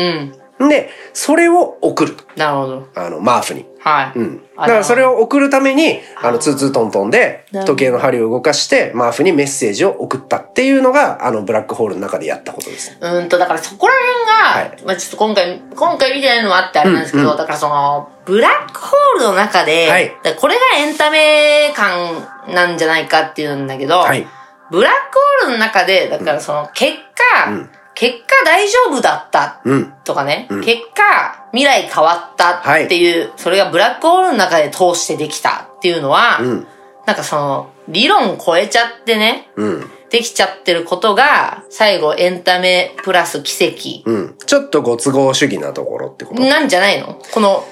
うん。で、それを送ると。なるほど。あの、マーフに。はい。うん。だからそれを。を送るために、あの、ツーツートントンでなるほど時計の針を動かして、マーフにメッセージを送ったっていうのが、あの、ブラックホールの中でやったことです。うーんと、だからそこら辺が、はまあちょっと今回、今回見てないのもあってあれなんですけど、うんうんだからその、ブラックホールの中で、はいだからこれがエンタメ感なんじゃないかっていうんだけど、はい。ブラックホールの中で、だからその結果、うん結果大丈夫だったうん。とかね、ん結果未来変わったっていう、それがブラックホールの中で通してできたっていうのは、うん。なんかその理論超えちゃってね、うん。できちゃってることが、最後エンタメプラス奇跡うん。ちょっとご都合主義なところってこと。なんじゃないのこの、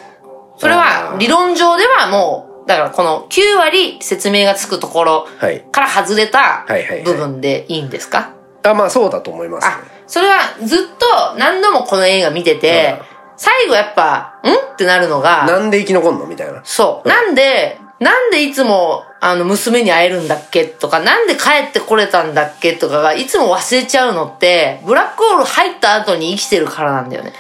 それはあー理論上ではもう、だからこの9割説明がつくところはい。から外れたはいはいはい部分でいいんですか、あ、まあそうだと思いますね、あ、それはずっと何度もこの映画見てて、うん最後やっぱ、んってなるのが、なんで生き残んのみたいな。そう。うんなんで、なんでいつも、あの、娘に会えるんだっけとか、なんで帰ってこれたんだっけとかが、いつも忘れちゃうのって、ブラックホール入った後に生きてるからなんだよね。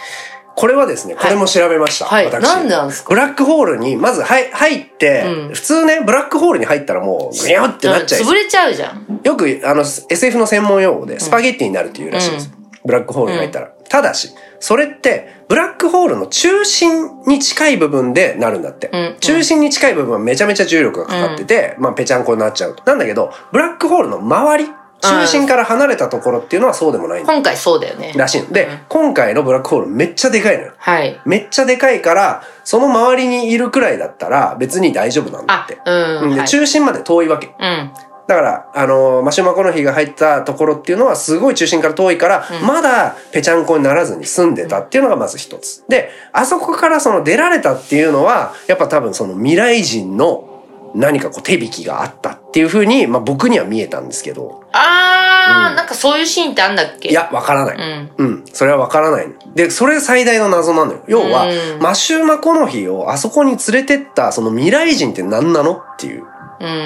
これはですね、これも調べました。はいはい私。なんでなんですかブラックホールに、まず、はい、入って、うん普通ね、ブラックホールに入ったらもう、ぐにゃってなっちゃいそ潰うれちゃうじゃん。よくあの SF の専門用語でスパゲッティになるっていうらしいです、ブラックホールに入ったら、ただしそれってブラックホールの中心に近い部分でなるんだって、んうん中心に近い部分はめちゃめちゃ重力がかかってて、まあぺちゃんこになっちゃうとなんだけどブラックホールの周り中心から離れたところっていうのはそうでもないんだ今回そうだよね。らしいので、今回のブラックホールめっちゃでかいのよはい。めっちゃでかいからその周りにいるくらいだったら別に大丈夫なんだあって、、うん。うんではい中心まで遠いわけ、うん。だから、あのーマシュマコの日が入ったところっていうのはすごい中心から遠いから、まだぺちゃんこにならずに住んでたっていうのがまず一つ。で、あそこからその出られたっていうのは、やっぱ多分その未来人の何かこう手引きがあったっていうふうに、まあ僕には見えたんですけど、あー、なんかそういうシーンってあんだっけいや、わからない。うん。うん。それはわからないの。で、それ最大の謎なのよ。要は、うんマシューマコの日をあそこに連れてった、その未来人って何なのっていう。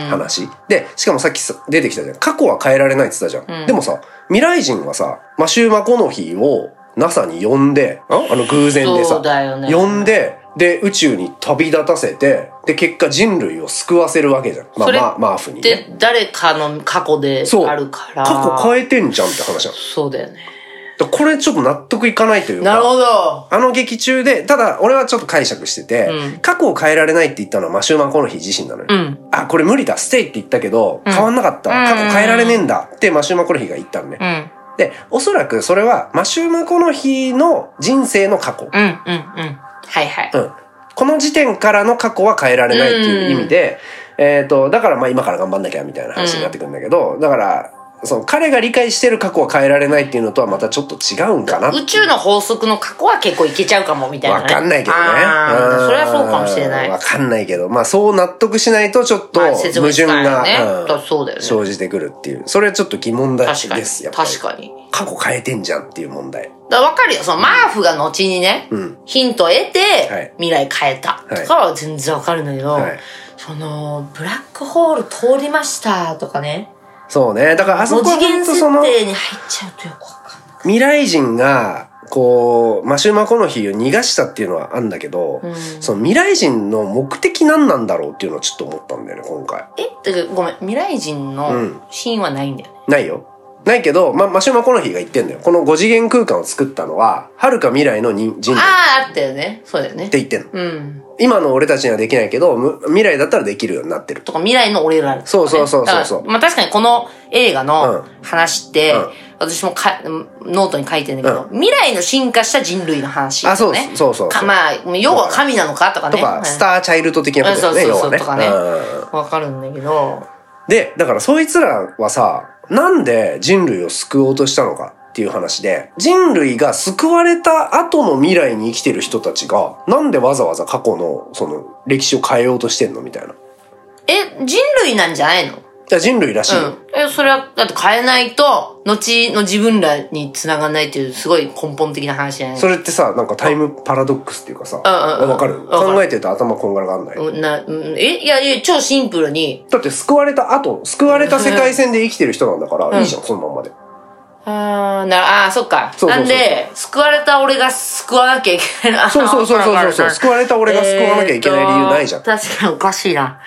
話。で、しかもさっきさ出てきたじゃん。過去は変えられないって言ってたじゃん。でもさ、未来人はさ、マシュー・マコノヒーを NASA に呼んで、ああの偶然でそさうだよ、ね呼んで、で、宇宙に旅立たせて、で、結果人類を救わせるわけじゃん。まあ、それまあ、マーフに、ね。で、誰かの過去でそう。あるから。過去変えてんじゃんって話じゃん。そうだよね。だからこれちょっと納得いかないというか。なるほど。あの劇中で、ただ俺はちょっと解釈してて、うん過去を変えられないって言ったのはマシューマンコノヒー自身なのよ。うん。あ、これ無理だ、ステイって言ったけど、変わんなかった、うん過去変えられねえんだってマシューマンコノヒーが言ったのね。うん。で、おそらくそれはマシューマンコノヒーの人生の過去。うん。うん。うん。はいはい。うん。この時点からの過去は変えられないっていう意味で、えっ、と、だからまあ今から頑張んなきゃみたいな話になってくるんだけど、だから、その彼が理解してる過去は変えられないっていうのとはまたちょっと違うんかなっていう宇宙の法則の過去は結構いけちゃうかもみたいな、わね。かんないけどね。あうーんそれはそうかもしれない。わかんないけど、まあそう納得しないとちょっとまあ矛説明つ盾かないよが、ねうんだそうだよね生じてくるっていう。それはちょっと疑問だ確かにです。。やっぱり確かに。過去変えてんじゃんっていう問題。だから分かるよ。そのマーフが後にね、うんヒントを得はいて、未来変えた。いとかは全然分かるんだけど、はいその、ブラックホール通りましたとかね、そうね。だからあそ5こは次本元当設その定に入っちゃうとよく分かんない。未来人が、こう、マシューマコノヒーを逃がしたっていうのはあんだけど、その未来人の目的何なんだろうっていうのをちょっと思ったんだよね、今回。えだけどごめん、未来人うんのシーンはないんだよね。ないよ。ないけど、ま、マシューマコノヒーが言ってんだよ。この5次元空間を作ったのは、遥か未来の人人類っああ、あったよね。そうだよねて。言ってんの。うん。今の俺たちにはできないけど、む未来だったらできるようになってると。とか未来の俺らとかね、そうそうそうそうそうだからまあ確かにこの映画うんの話って、うん私もかノートに書いてんだけど、未来の進化した人類の話、ね。あそうですそうそうそうかまあ、要は神なのかとかね。とか、スターーチャイルド的なことだよね、そうそうそう要はね。とうんわかるんだけど、で、だからそいつらはさ、なんで人類を救おうとしたのかっていう話で、人類が救われた後の未来に生きてる人たちが、なんでわざわざ過去の、その、歴史を変えようとしてんのみたいな。いえ、人類なんじゃないのうや人類らしいよ。ん。え、それは、だって変えないと、後の自分らに繋がんないっていう、すごい根本的な話じゃないそれってさ、なんかタイムパラドックスっていうかさ、うんうんわかるわかる考えてると頭こんがらがんない。うんなうんえ、いや、いや、超シンプルに、だって救われた後、救われた世界線で生きてる人なんだから、いいじゃん、そのまんまで。あーなあー、そっか。そうそうなそうそうんで、救われた俺が救わなきゃいけない。そうそうそうそうそうそう救われた俺が救わなきゃいけない理由ないじゃんえーと確かにおかしいな。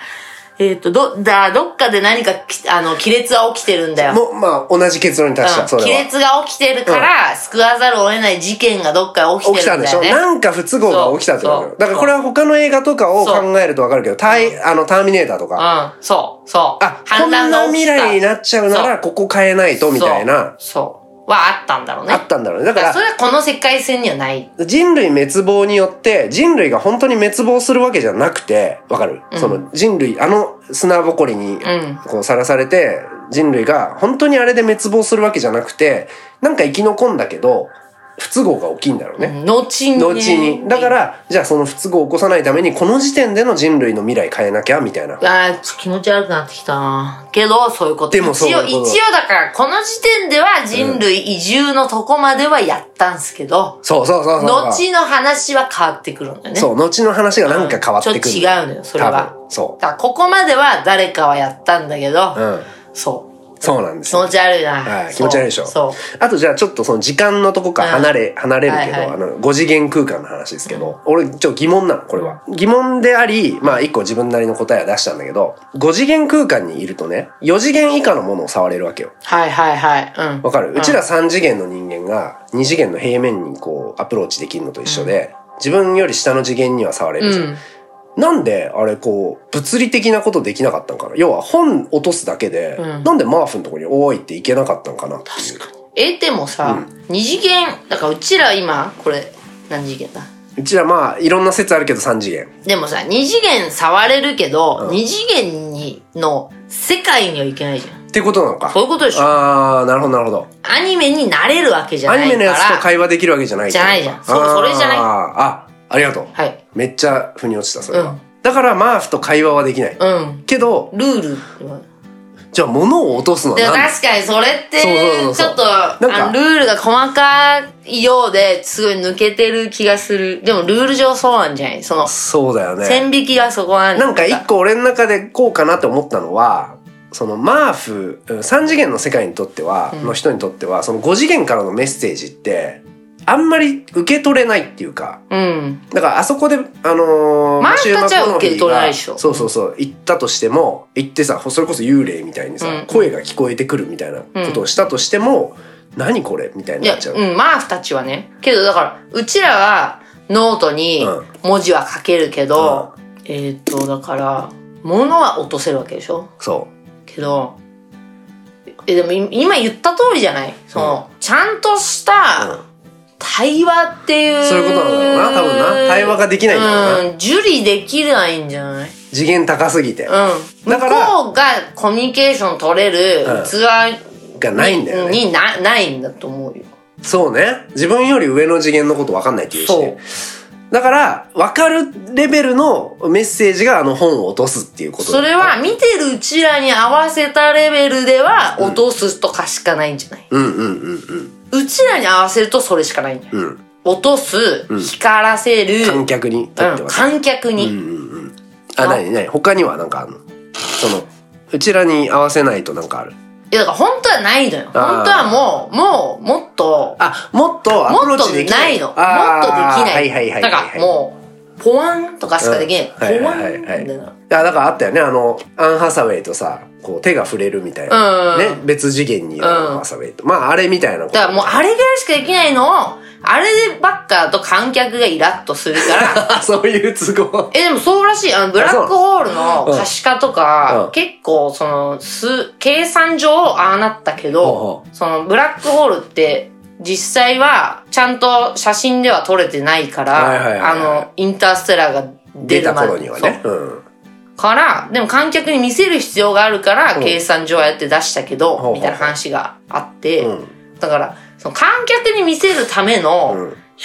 えっ、と、ど、だ、どっかで何かき、あの、亀裂は起きてるんだよ。もう、まあ、同じ結論に達した、うんそれは。亀裂が起きてるから、救わざるを得ない事件がどっかで起起ききてたるんんでだしょよね。なんか不都合が起きたってことだそようだからこれは他の映画とかを考えるとわかるけど、タイ、あの、ターミネーターとか、うん、そう、そう。あ、こんな未来になっちゃうなら、ここ変えないと、みたいな、そう。そう。はあったんだろうね。あったんだろうね。だだか、からそら、れはこの世界線にはない。人類滅亡によって、人類が本当に滅亡するわけじゃなくて、わかる、その人類、あの砂ぼこりにん、こうさらされて、人類が本当にあれで滅亡するわけじゃなくて、なんか生き残んだけど、不都合が大きいんだろうね。後に、ね。後に。だから、じゃあその不都合を起こさないために、この時点での人類の未来変えなきゃ、みたいな。あーちょっと気持ち悪くなってきたなけど、そういうこと。でもそうい一うこ応、と一応だから、この時点では人類移住のとこまではやったんすけど、そうそうそうそう。後の話は変わってくるんだよね。そう、後の話がなんか変わってくる。ちょっと違うのよ、それは多。分そだから、ここまでは誰かはやったんだけど、う。うん。そう。そうなんです気持よ。ち悪いな。はい、気持ち悪いでしょ。そう。あとじゃあちょっとその時間のとこからうん離れ、離れるけど、はいはいあの、5次元空間の話ですけど、俺ちょっと疑問なの、これは。疑問であり、まあ一個自分なりの答えは出したんだけど、5次元空間にいるとね、4次元以下のものを触れるわけよ。はいはいはい。うん。わかるんうちら3次元の人間が2次元の平面にこうアプローチできるのと一緒で、自分より下の次元には触れうるじゃんん。なんであれこう物理的なことできなかったのかな要は本落とすだけで、うんなんでマーフのところに「おーい」っていけなかったのかなっていうえ、でもさ、二次元、だからうちら今、これ、何次元だうちらまあいろんな説あるけど3次元でもさ、二次元触れるけど、うん二次元にの世界にはいけないじゃん。ってことなのかそういうことでしょ。ああなるほどなるほどアニメになれるわけじゃアないニから。メのやつと会話できるわけじゃないじゃないじゃんそうあーそれじゃないあありがとう、はい。めっちゃ腑に落ちたそれは、うんだからマーフと会話はできない、うん。けどルール。じじゃあ物を落とすのはでも何確かにそれってそうそうそうちそうょっとなんかあのルールが細かいようですごい抜けてる気がするでもルール上そうなんじゃないそのそうだよね。線引きがそこなんだなんか一個俺の中でこうかなと思ったのは、そのマーフ、うん三次元の世界にとっては、の人にとっては、その五次元からのメッセージって、あんまり受け取れないっていうか、うんだからあそこで、あのー、マーフたちはマシューマコノヒーが受け取れないでしょそうそうそう、行ったとしても、行ってさ、それこそ幽霊みたいにさ、うん声が聞こえてくるみたいなことをしたとしても、何これみたいいになやっちゃう。うんマーフたちはねけどだからうちらはノートにうん文字は書けるけど、えーっとだから物は落とせるわけでしょそけどえでもい今言った通りじゃないその、ちゃんとした、うん対話っていうそういうことなんだろうな多分な対話ができないんだろううん受理できないんじゃないうんう。次元高すぎて、だから向こうがコミュニケーション取れるうん器がないんだよね。になないんだと思うよそうね。自分より上の次元のこと分かんないっていうし、ね。だから、分かるレベルのメッセージがあの本を落とすっていうことだそれは、見てるうちらに合わせたレベルでは落とすとかしかないんじゃない、うんうんうんうちらに合わせるとそれしかないんじゃない、うん。落とす、光らせる、観客にとってうはんさ。観客に、あ、なになに他にはなんかあるのその、うちらに合わせないとなんかある。いやだから本当はないのよ本当あーはもうもうもっとあ、もっとアプもロっーとチできなないい。の。もっとできあーな。はいいはいはいはいはい。だからもう、ポワンとかしかできない。ポはいワはンいはいはいみたいな。あだからあったよねあのアン・ハサウェイとさこう手が触れるみたういんな、ね、別次元にいるアうんン・ハサウェイと、まああれみたいなことだからもうあれぐらいしかできないのを、あればっかだと観客がイラッとするから。あ そういう都合え、でもそうらしい。あの、ブラックホールのうん可視化とか、うん結構その、す、計算上ああなったけどほ、その、ブラックホールって、実際は、ちゃんと写真では撮れてないから、はいはいはいはいあの、インターステラーが出出るたまで頃にはそうねうんから、でも観客に見せる必要があるから、うん計算上はやって出したけほうほど、うみたいな話があって、うんだから、その観客に見せるための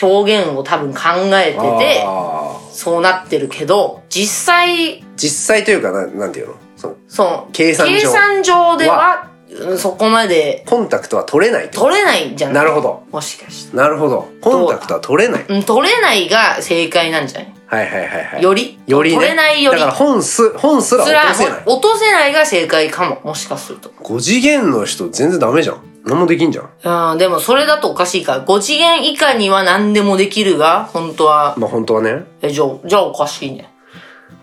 表現を多分考えてて、あーそうなってるけど、実際、実際というかななんていうのそのその、計算上上では、うんそこまでコンタクトは取れないってこと取れないんじゃないなるほどもしかして。なるほどコンタクトは取れないうん、取れないが正解なんじゃないはいはいはいはいよりよりね取れないよりだから本す本すらそれは落とせない落とせないが正解かも、もしかすると。 5次元の人全然ダメじゃん何もできんじゃんうん、でもそれだとおかしいから、5次元以下には何でもできるが、本当は、まあ本当はねえ、じゃあ、じゃあおかしいね。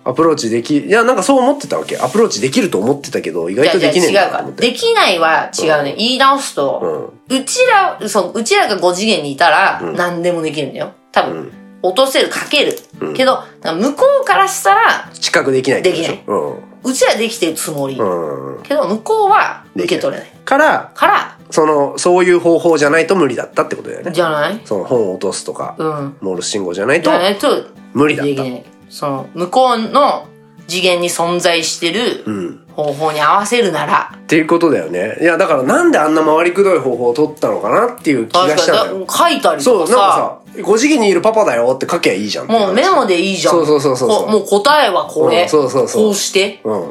アプローチできいやなんかそう思ってたわけアプローチできると思ってたけど意外とじゃであじきゃねあ違えんだうとか思ら。ってできないは違うね。言い直すと、うちら、そう、うちらが5次元にいたら、何でもできるんだよ。多分、落とせる、かける。けど、なんか向こうからしたら、知覚できないってことできょうちらできてるつもり。うんうんけど、向こうは、で受きないけ取れない。からから、そのそういう方法じゃないと無理だったってことだよねじゃないその本を落とすとか、うん。モールス信号じゃないじとゃないと、無理だっできたない。その、向こうの次元に存在してるん方法に合わせるなら、っていうことだよねいやだからなんであんな回りくどい方法を取ったのかなっていう気が確したかのよに、書いたりそうとかなんさ、かさ「5次元にいるパパだよ」って書きゃいいじゃんってもうメモでいいじゃん。そうそうそうそうそうこもう答えはこれ。うんそうそうそうこうして。うん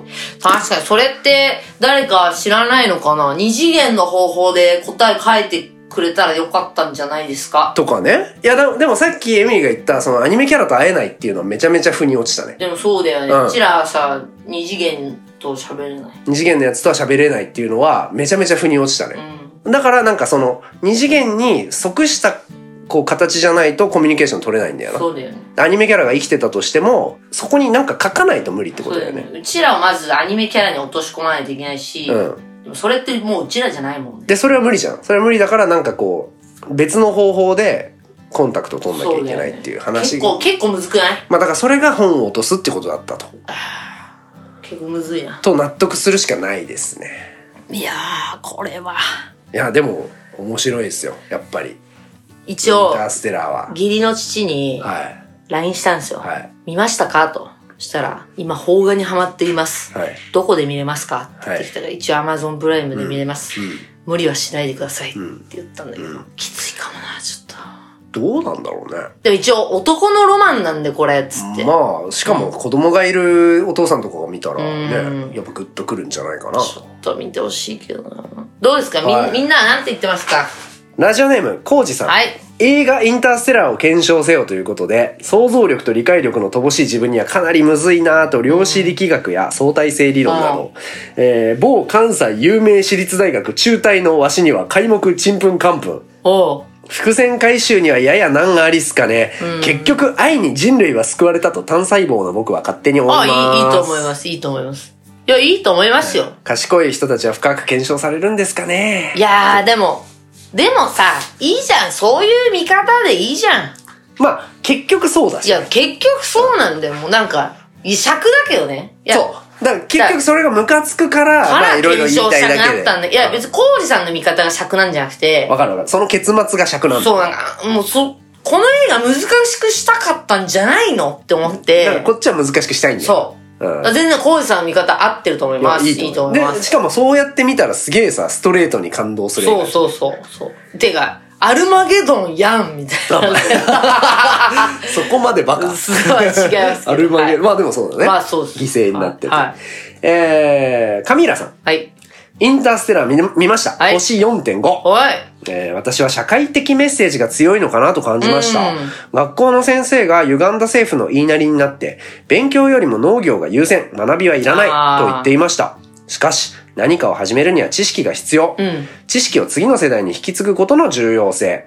確かに、それって誰か知らないのかな二次元の方法で答え書いてくれたらよかったんじゃないですかとかねいやだでもさっきエミリーが言ったそのアニメキャラと会えないっていうのはめちゃめちゃ腑に落ちたねでもそうだよね。ううんちらはさ、二次元と喋れない。二次元のやつとは喋れないっていうのはめちゃめちゃ腑に落ちたね、だからなんかその二次元に即したこう形じゃないとコミュニケーション取れないんだよそうだよね。なアニメキャラが生きてたとしてもそこになんか書かないと無理ってこそうとだだよよねね。うちらをまずアニメキャラに落とし込まないといけないし、うんでもそれってもううちらじゃないもんね。でそれは無理じゃんそれは無理だからなんかこう別の方法でコンタクト取んなきゃいけないっていう話結構、結構むずくないまあだからそれが本を落とすってことだったと結構むずいな。と納得するしかないですねいやー、これは。いやでも面白いですよやっぱり一イン応タ、ーステラーは義理の父にはい LINE したんですよ。はい見ましたかと。そしたら、今、邦画にハマっています。はいどこで見れますかって言はっいてきたら、一応 Amazon プライムで見れます。無理はしないでくださいって言ったんだけど、きついかもな、ちょっと。どうなんだろうね。でも一応男のロマンなんでこれ、つって。まあ、しかも子供がいるお父さんとかが見たらうんね、やっぱグッとくるんじゃないかな。ちょっと見てほしいけどな。どうですかみ,、はいみんなはなんて言ってますかラジオネーム、コウジさん。はい映画インターステラーを検証せよということで、想像力と理解力の乏しい自分にはかなりむずいなぁと、量子力学や相対性理論なうんど、えー某関西有名私立大学中退のわしには皆目ちんぷんかんぷん。おう。伏線回収にはやや難がありっすかね、結局愛に人類は救われたと単細胞の僕は勝手に思いまあ、すいい、いいと思います。いいと思います。いや、いいと思いますよ。賢い人たちは深く検証されるんですかねいやー、でも、でもさ、いいじゃん。そういう見方でいいじゃん。まあ結局そうだいしや、結局そうなんだよ。もうなんか、尺だけどね。いやそうだから結局それがムカつくからかまあらいろいろ検言い証たしたくいだけなでったんだ。いや、別に、コウジさんの見方が尺なんじゃなくて、わかるわかるその結末が尺なんだそうなんか、もうそ、この映画難しくしたかったんじゃないのって思っだからてこ、っちは難しくしたいんだよそう。うんだから全然コウジさんの見方合ってると思います。いいと思いま。ですしかもそうやって見たらすげえさストレートに感動するそうそうそう。そうてか、アルマゲドンやんみたいなね。そこまで バカすごい違いますけど。アルマゲ、はいまあでもそうだね、まあそうです犠牲になってる、はいはいえー、カミーラさんはい。インターステラー見見ました、はい星4.5おい。えー私は社会的メッセージが強いのかなと感じましたうん。学校の先生がユガンダ政府の言いなりになって、勉強よりも農業が優先、学びはいらあないーと言っていました。しかし、何かを始めるには知識が必要。うん。知識を次の世代に引き継ぐことの重要性。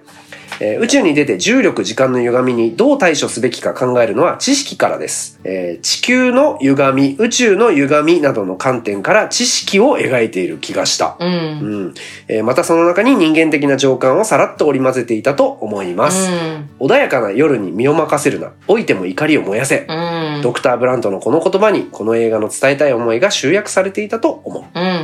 えー宇宙に出て重力時間の歪みにどう対処すべきか考えるのは知識からです。えー地球の歪み、宇宙の歪みなどの観点から知識を描いている気がした。うん。うんえーまたその中に人間的な情感をさらっと織り交ぜていたと思います、うん。穏やかな夜に身を任せるな老いても怒りを燃やせ、うん。ドクター・ブラントのこの言葉にこの映画の伝えたい思いが集約されていたと思うんうんう、うん。う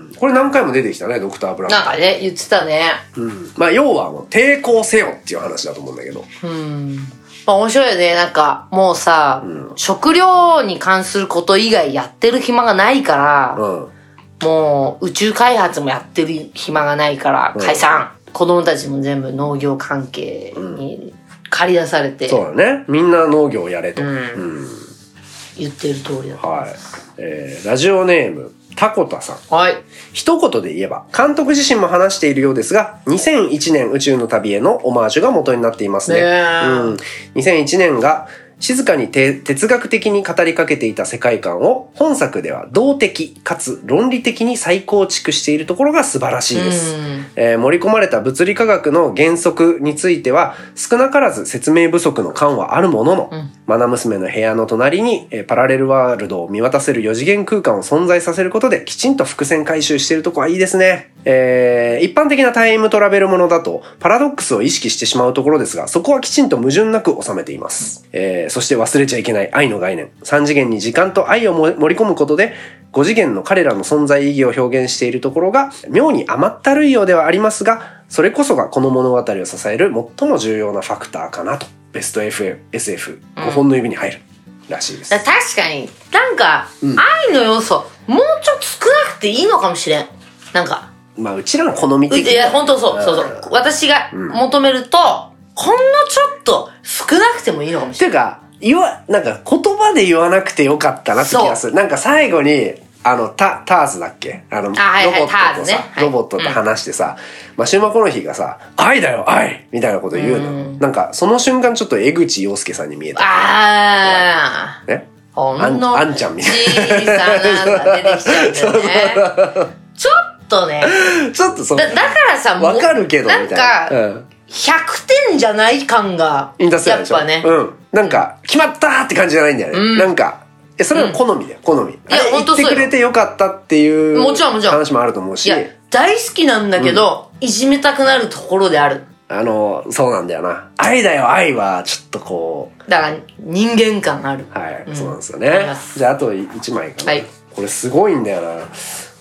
んこれ何回も出てきたねドクター・ブランなんかね、言ってたね。ト、うんまあ要はもう抵抗せよっていう話だと思うんだけどうん。まあ面白いよね。なんか、もうさ、うん食料に関すること以外やってる暇がないから、うんもう宇宙開発もやってる暇がないから、うん解散、子供たちも全部農業関係に駆り出されて、そうだねみんな農業やれと、うんうん言ってる通りだ。はい、えーラジオネームタコタさんはい。一言で言えば監督自身も話しているようですが2001年宇宙の旅へのオマージュが元になっていますね。ねえうん、2001年が静かにて哲学的に語りかけていた世界観を本作では動的かつ論理的に再構築しているところが素晴らしいです。うんえー盛り込まれた物理科学の原則については少なからず説明不足の感はあるものの、うんマナ娘の部屋の隣に、えーパラレルワールドを見渡せる4次元空間を存在させることできちんと伏線回収しているとこはいいですね。えー一般的なタイムトラベルものだとパラドックスを意識してしまうところですが、そこはきちんと矛盾なく収めています。えーそして忘れちゃいけない愛の概念。3次元に時間と愛をも盛り込むことで、5次元の彼らの存在意義を表現しているところが、妙に甘ったるいようではありますが、それこそがこの物語を支える最も重要なファクターかなと。ベスト FF、SF5 本の指に入るらしいです。だから確かに、なんか、うん愛の要素、もうちょっと少なくていいのかもしれん。なんか、まあ、うちらの好みう的いや、本当そう、そうそう。私が求めると、ほんのちょっと少なくてもいいのかもしれてか、言わ、なんか言葉で言わなくてよかったなって気がする。なんか最後に、あの、タ、ターズだっけあの、はいはいロボットとターズねさ、はいロボットと話してさ、マシュマコロヒーがさ、愛だよ、愛みたいなこと言うの。なんか、その瞬間ちょっと江口洋介さんに見えない。た。ああ。ね。ほんの、あんあんちゃんみたい小さなのが出てきちゃうんだよね。 ちょっとね、ちょっとそのだ、だからさ、もうわかるけど、みたないんな。か、うん100点じゃない感が、インターステラーやでっしょぱね。うん。なんか、決まったって感じじゃないんだよね。うんなんか、え、それは好みだよ、好み。いやほんとそう言よってくれてよかったっていう。もちろんもちろん話もあると思ういし。や、大好きなんだけど、いじめたくなるところである。あの、そうなんだよな。愛だよ、愛は、ちょっとこだから、人間感ある。う、はい、うんそうなんですよありねま。すじゃあ、あと1枚かな。はいこれすごいんだよな。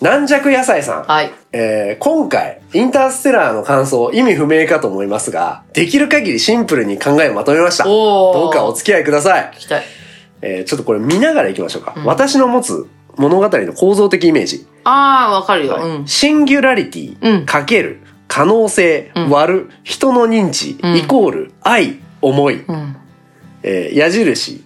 軟弱野菜さん。はい。えー今回、インターステラーの感想、意味不明かと思いますが、できる限りシンプルに考えをまとめました。おーどうかお付き合いください。期待。えーちょっとこれ見ながら行きましょうか。うん私の持つ物語の構造的イメージ。ああ、わかるよ。はいうん。シンギュラリテうんィかける可能性、割る、人の認知、んイコール、愛、思い、んえー矢印、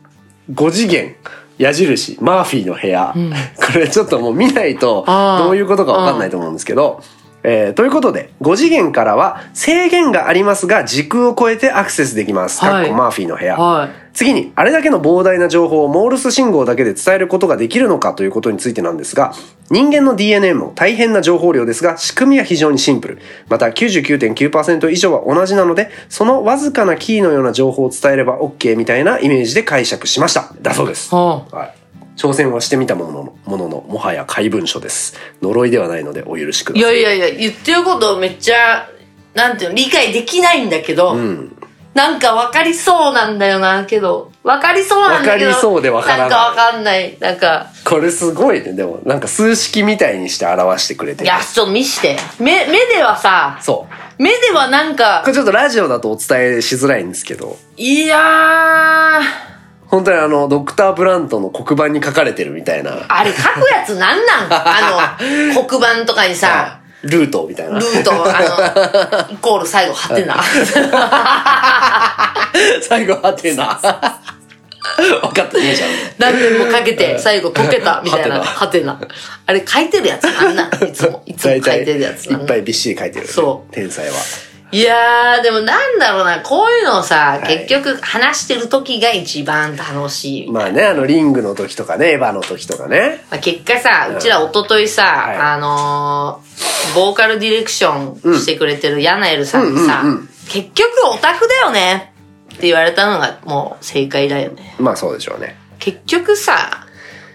5次元、矢印、マーフィーの部屋。 これちょっともう見ないと、あーどういうことかわかんないと思うんですけど、えーということで、5次元からは制限がありますが、時空を超えてアクセスできます。はいかっこマーフィーの部屋。は次に、あれだけの膨大な情報をモールス信号だけで伝えることができるのかということについてなんですが、人間の DNA も大変な情報量ですが、仕組みは非常にシンプル。また99.9%以上は同じなので、そのわずかなキーのような情報を伝えれば OK みたいなイメージで解釈しました。だそうです。ははい挑戦はしてみたものの、ものの、もはや怪文書です。呪いではないのでお許しくい。いださやい。いやいや、言ってることめっちゃ、なんていうの、理解できないんだけど、うん。なんか分かりそうなんだよな、けど。分かりそうなんだけど。分かりそうで分からないんか分かんない。なんか、これすごいね。でも、なんか数式みたいにして表してくれているや、ちょっと見して。目、目ではさ、そう。目ではなんかこ、れちょっとラジオだとお伝えしづらいんですけど、いやー、本当にあの、ドクター・ブラントの黒板に書かれてるみたいな、あれ書くやつなん なんあの、黒板とかにさ、ルートみたいルな。ート、あの、イコール最後、はてな。 最後、はてな。分かった、いいじゃん。何年もかけて、最後、溶けた、みたいな、ははてな。あれ書いてるやつなんな んいつも、いつも書いてるやついなんっなぱんいびっしり書いてる、ね。そう天才は。いやー、でもなんだろうな、こういうのをさ、結局話してる時が一番楽しい。まあね、あの、リングの時とかね、エヴァの時とかね。まあ、結果さ、うちら一昨日さ、いあのー、ボーカルディレクションしてくれてるヤナエルさんにさ、うんうん結局オタクだよねって言われたのがもう正解だよね。まあそうでしょうね。結局さ、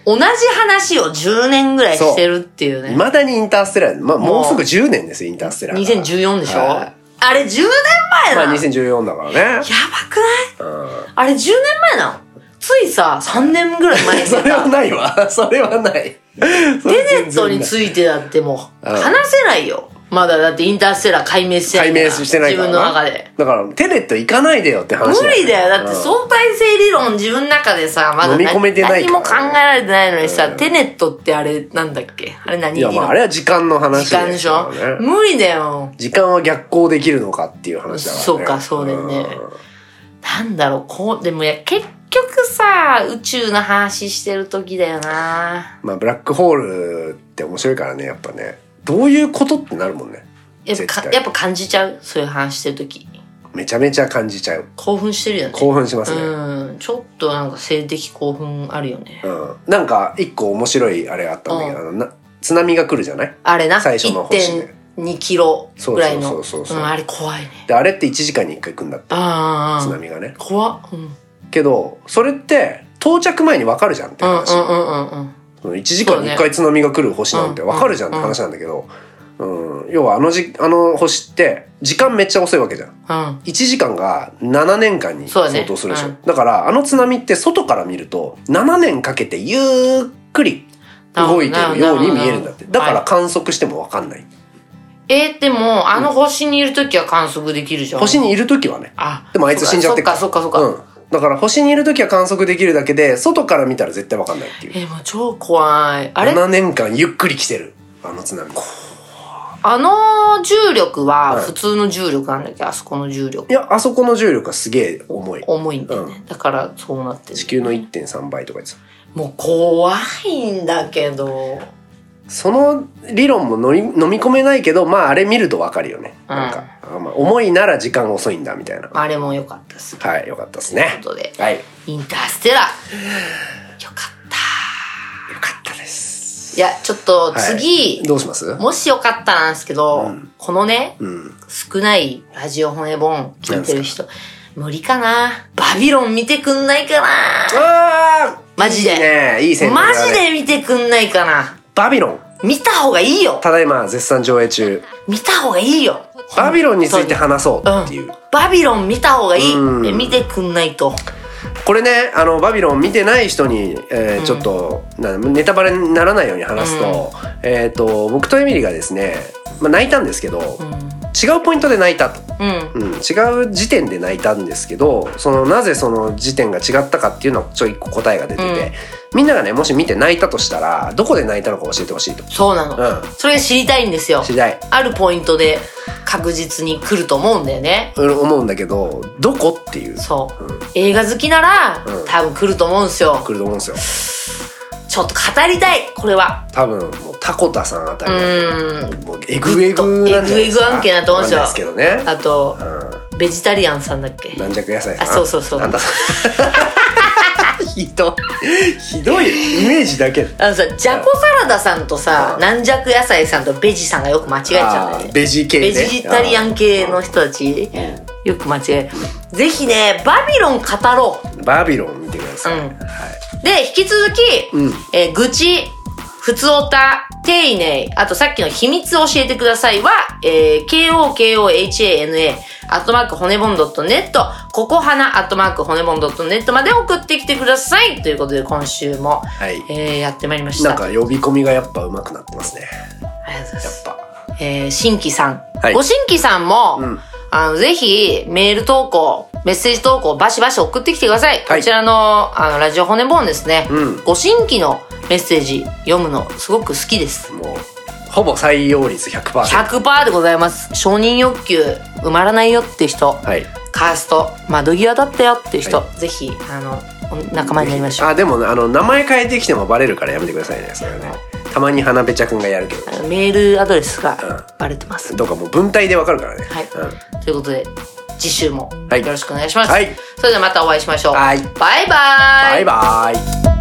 同じ話を10年ぐらいしてるっていうね。未だにインターステラー、まあもうもうすぐ10年ですよ、インターステラーが。 2014でしょ、はいあれ10年前まなの、あや2014だからね。ばくない、あれ10年前なのついさ、3年ぐらい前に そさ、れはないわ。それはない。テネットについてだってもう、うん話せないよ。まだだってインターステラー解明してな解いから。明してないから自分なの中で。だからテレット行かないでよって話無理だよ。だってうん相対性理論自分の中でさ、まだ飲み込めてない何からも考えられてないのにさ、テネットってあれなんだっけあれ何いやまああれは時間の話時間でしょすからね無理だよ。時間は逆行できるのかっていう話だからねそうか、そうだよねん。なんだろう、こう、でもや、結局さ、宇宙の話してる時だよな。まあブラックホールって面白いからねやっぱねどういうことってなるもんねやっぱ絶か対やっぱ感じちゃうそういう話してる時。めちゃめちゃ感じちゃう興奮してるよね。興奮しますね、うんうん、ちょっとなんか性的興奮あるよね。なんか一個面白いあれがあったんだけど、あのな津波が来るじゃないあれな、最初の星ね1.2キロぐらいの。そうそうそうそうそうんあれ怖いね。であれって1時間に1回来るんだってああ津あ波がねあ、怖っ。うん。けどそれって到着前に分かるじゃんってうんうん話、うんうんうん。その1時間に1回津波が来る星なんてわかるじゃんって話なんだけど、うん、要はあのじあの星って時間めっちゃ遅いわけじゃんうん。 1時間が7年間にそうだ相ね当するでしょだ,、うんからあの津波って外から見ると7年かけてゆっくり動いてるように見えるんだってなるほどなるだほどから観測してもわかんない、えー、でも、あの星にいるときは観測できるじゃん。星にいる時はねあ、でもあいつ死んじゃってそっかそっかそっか。うんだから星にいる時は観測できるだけで外から見たら絶対わかんないっていうえー、もう超怖い。あれ7年間ゆっくり来てるあの津波あの重力ははい普通の重力なんだっけあそこの重力い。やあそこの重力はすげえ重い重いんだよね。だからそうなってる。地球の1.3倍とかですもう怖いんだけど。その理論も飲み飲み込めないけどまああれ見るとわかるよね、うんなんか、あまあ、重いなら時間遅いんだみたいなあれも良かったです。とはいよかったですいねうことで、はいよインターステラー。よかった。かったですいや、ちょっとはい次、どうしますもしよかったらなんですけど、このね、うん少ないラジオ骨本聞いてる人、無理かな。バビロン見てくんないかな。あーマジでいいねいい選択マだねジで見てくんないかな。バビロン見た方がいいよ。ただいま絶賛上映中見た方がいいよ。バビロンについて話そうっていう、うん。バビロン見た方がいい。うんで見てくんないと。これねあのバビロン見てない人に、えーちょっと、なネタバレにならないように話すと,、えー、と僕とエミリがですね、まあ、泣いたんですけど、違うポイントで泣いたと、うん。うん、違う時点で泣いたんですけどそのなぜその時点が違ったかっていうのはちょ一個答えが出てて、みんながねもし見て泣いたとしたらどこで泣いたのか教えてほしいと。そうなの。うんそれが知りたいんですよ。次第あるポイントで確実に来ると思うんだよね。うん思うんだけどどこっていうそう。映画好きなら、うん多分来ると思うんですよ。来ると思うんですよちょっと語りたい、これは。多分もうタコタさんあたうりはーん。もうエグエグなんじゃないですかエグエグ案件だと思うんですよわかんないですけどねあと、うベジタリアンさんだっけん軟弱野菜さんあ、そうそうそう。なんだひどいひどいイメージだけあのさ、じゃこサラダさんとさ、軟弱野菜さんとベジさんがよく間違えちゃうんだよあーね。ベジ系ねベジタリアン系の人たち、よく間違え。ぜひね、バビロン語ろう。バビロン見てください、うんはいで、引き続き、うんえー愚痴、ふつおた、丁寧、あとさっきの秘密を教えてくださいは、えー、kokohana、アットマーク骨ボンドットネット、ここはな、アットマーク骨ボンドットネットまで送ってきてくださいということで今週も、はいえーやってまいりました。なんか呼び込みがやっぱ上手くなってますねありがとうございますやっぱえー新規さん。はいご新規さんも、んあの、ぜひ、メール投稿、メッセージ投稿、バシバシ送ってきてください。はいこちらの、あの、ラジオ骨ボーンですね。うんご新規のメッセージ、読むの、すごく好きです。もうほぼ採用率100% 100%でございます。承認欲求、埋まらないよっていう人、はいカースト、窓際だったよっていう人、はぜひ、あの、お仲間になりましょう。あでもねあの名前変えてきてもバレるからやめてくださいねそれはねたまに花べちゃくんがやるけどあのメールアドレスがバレてます。とかもう文体でわかるからねはいうんということで、次週もはいよろしくお願いします。はいそれではまたお会いしましょう。はいバイバイバイバイ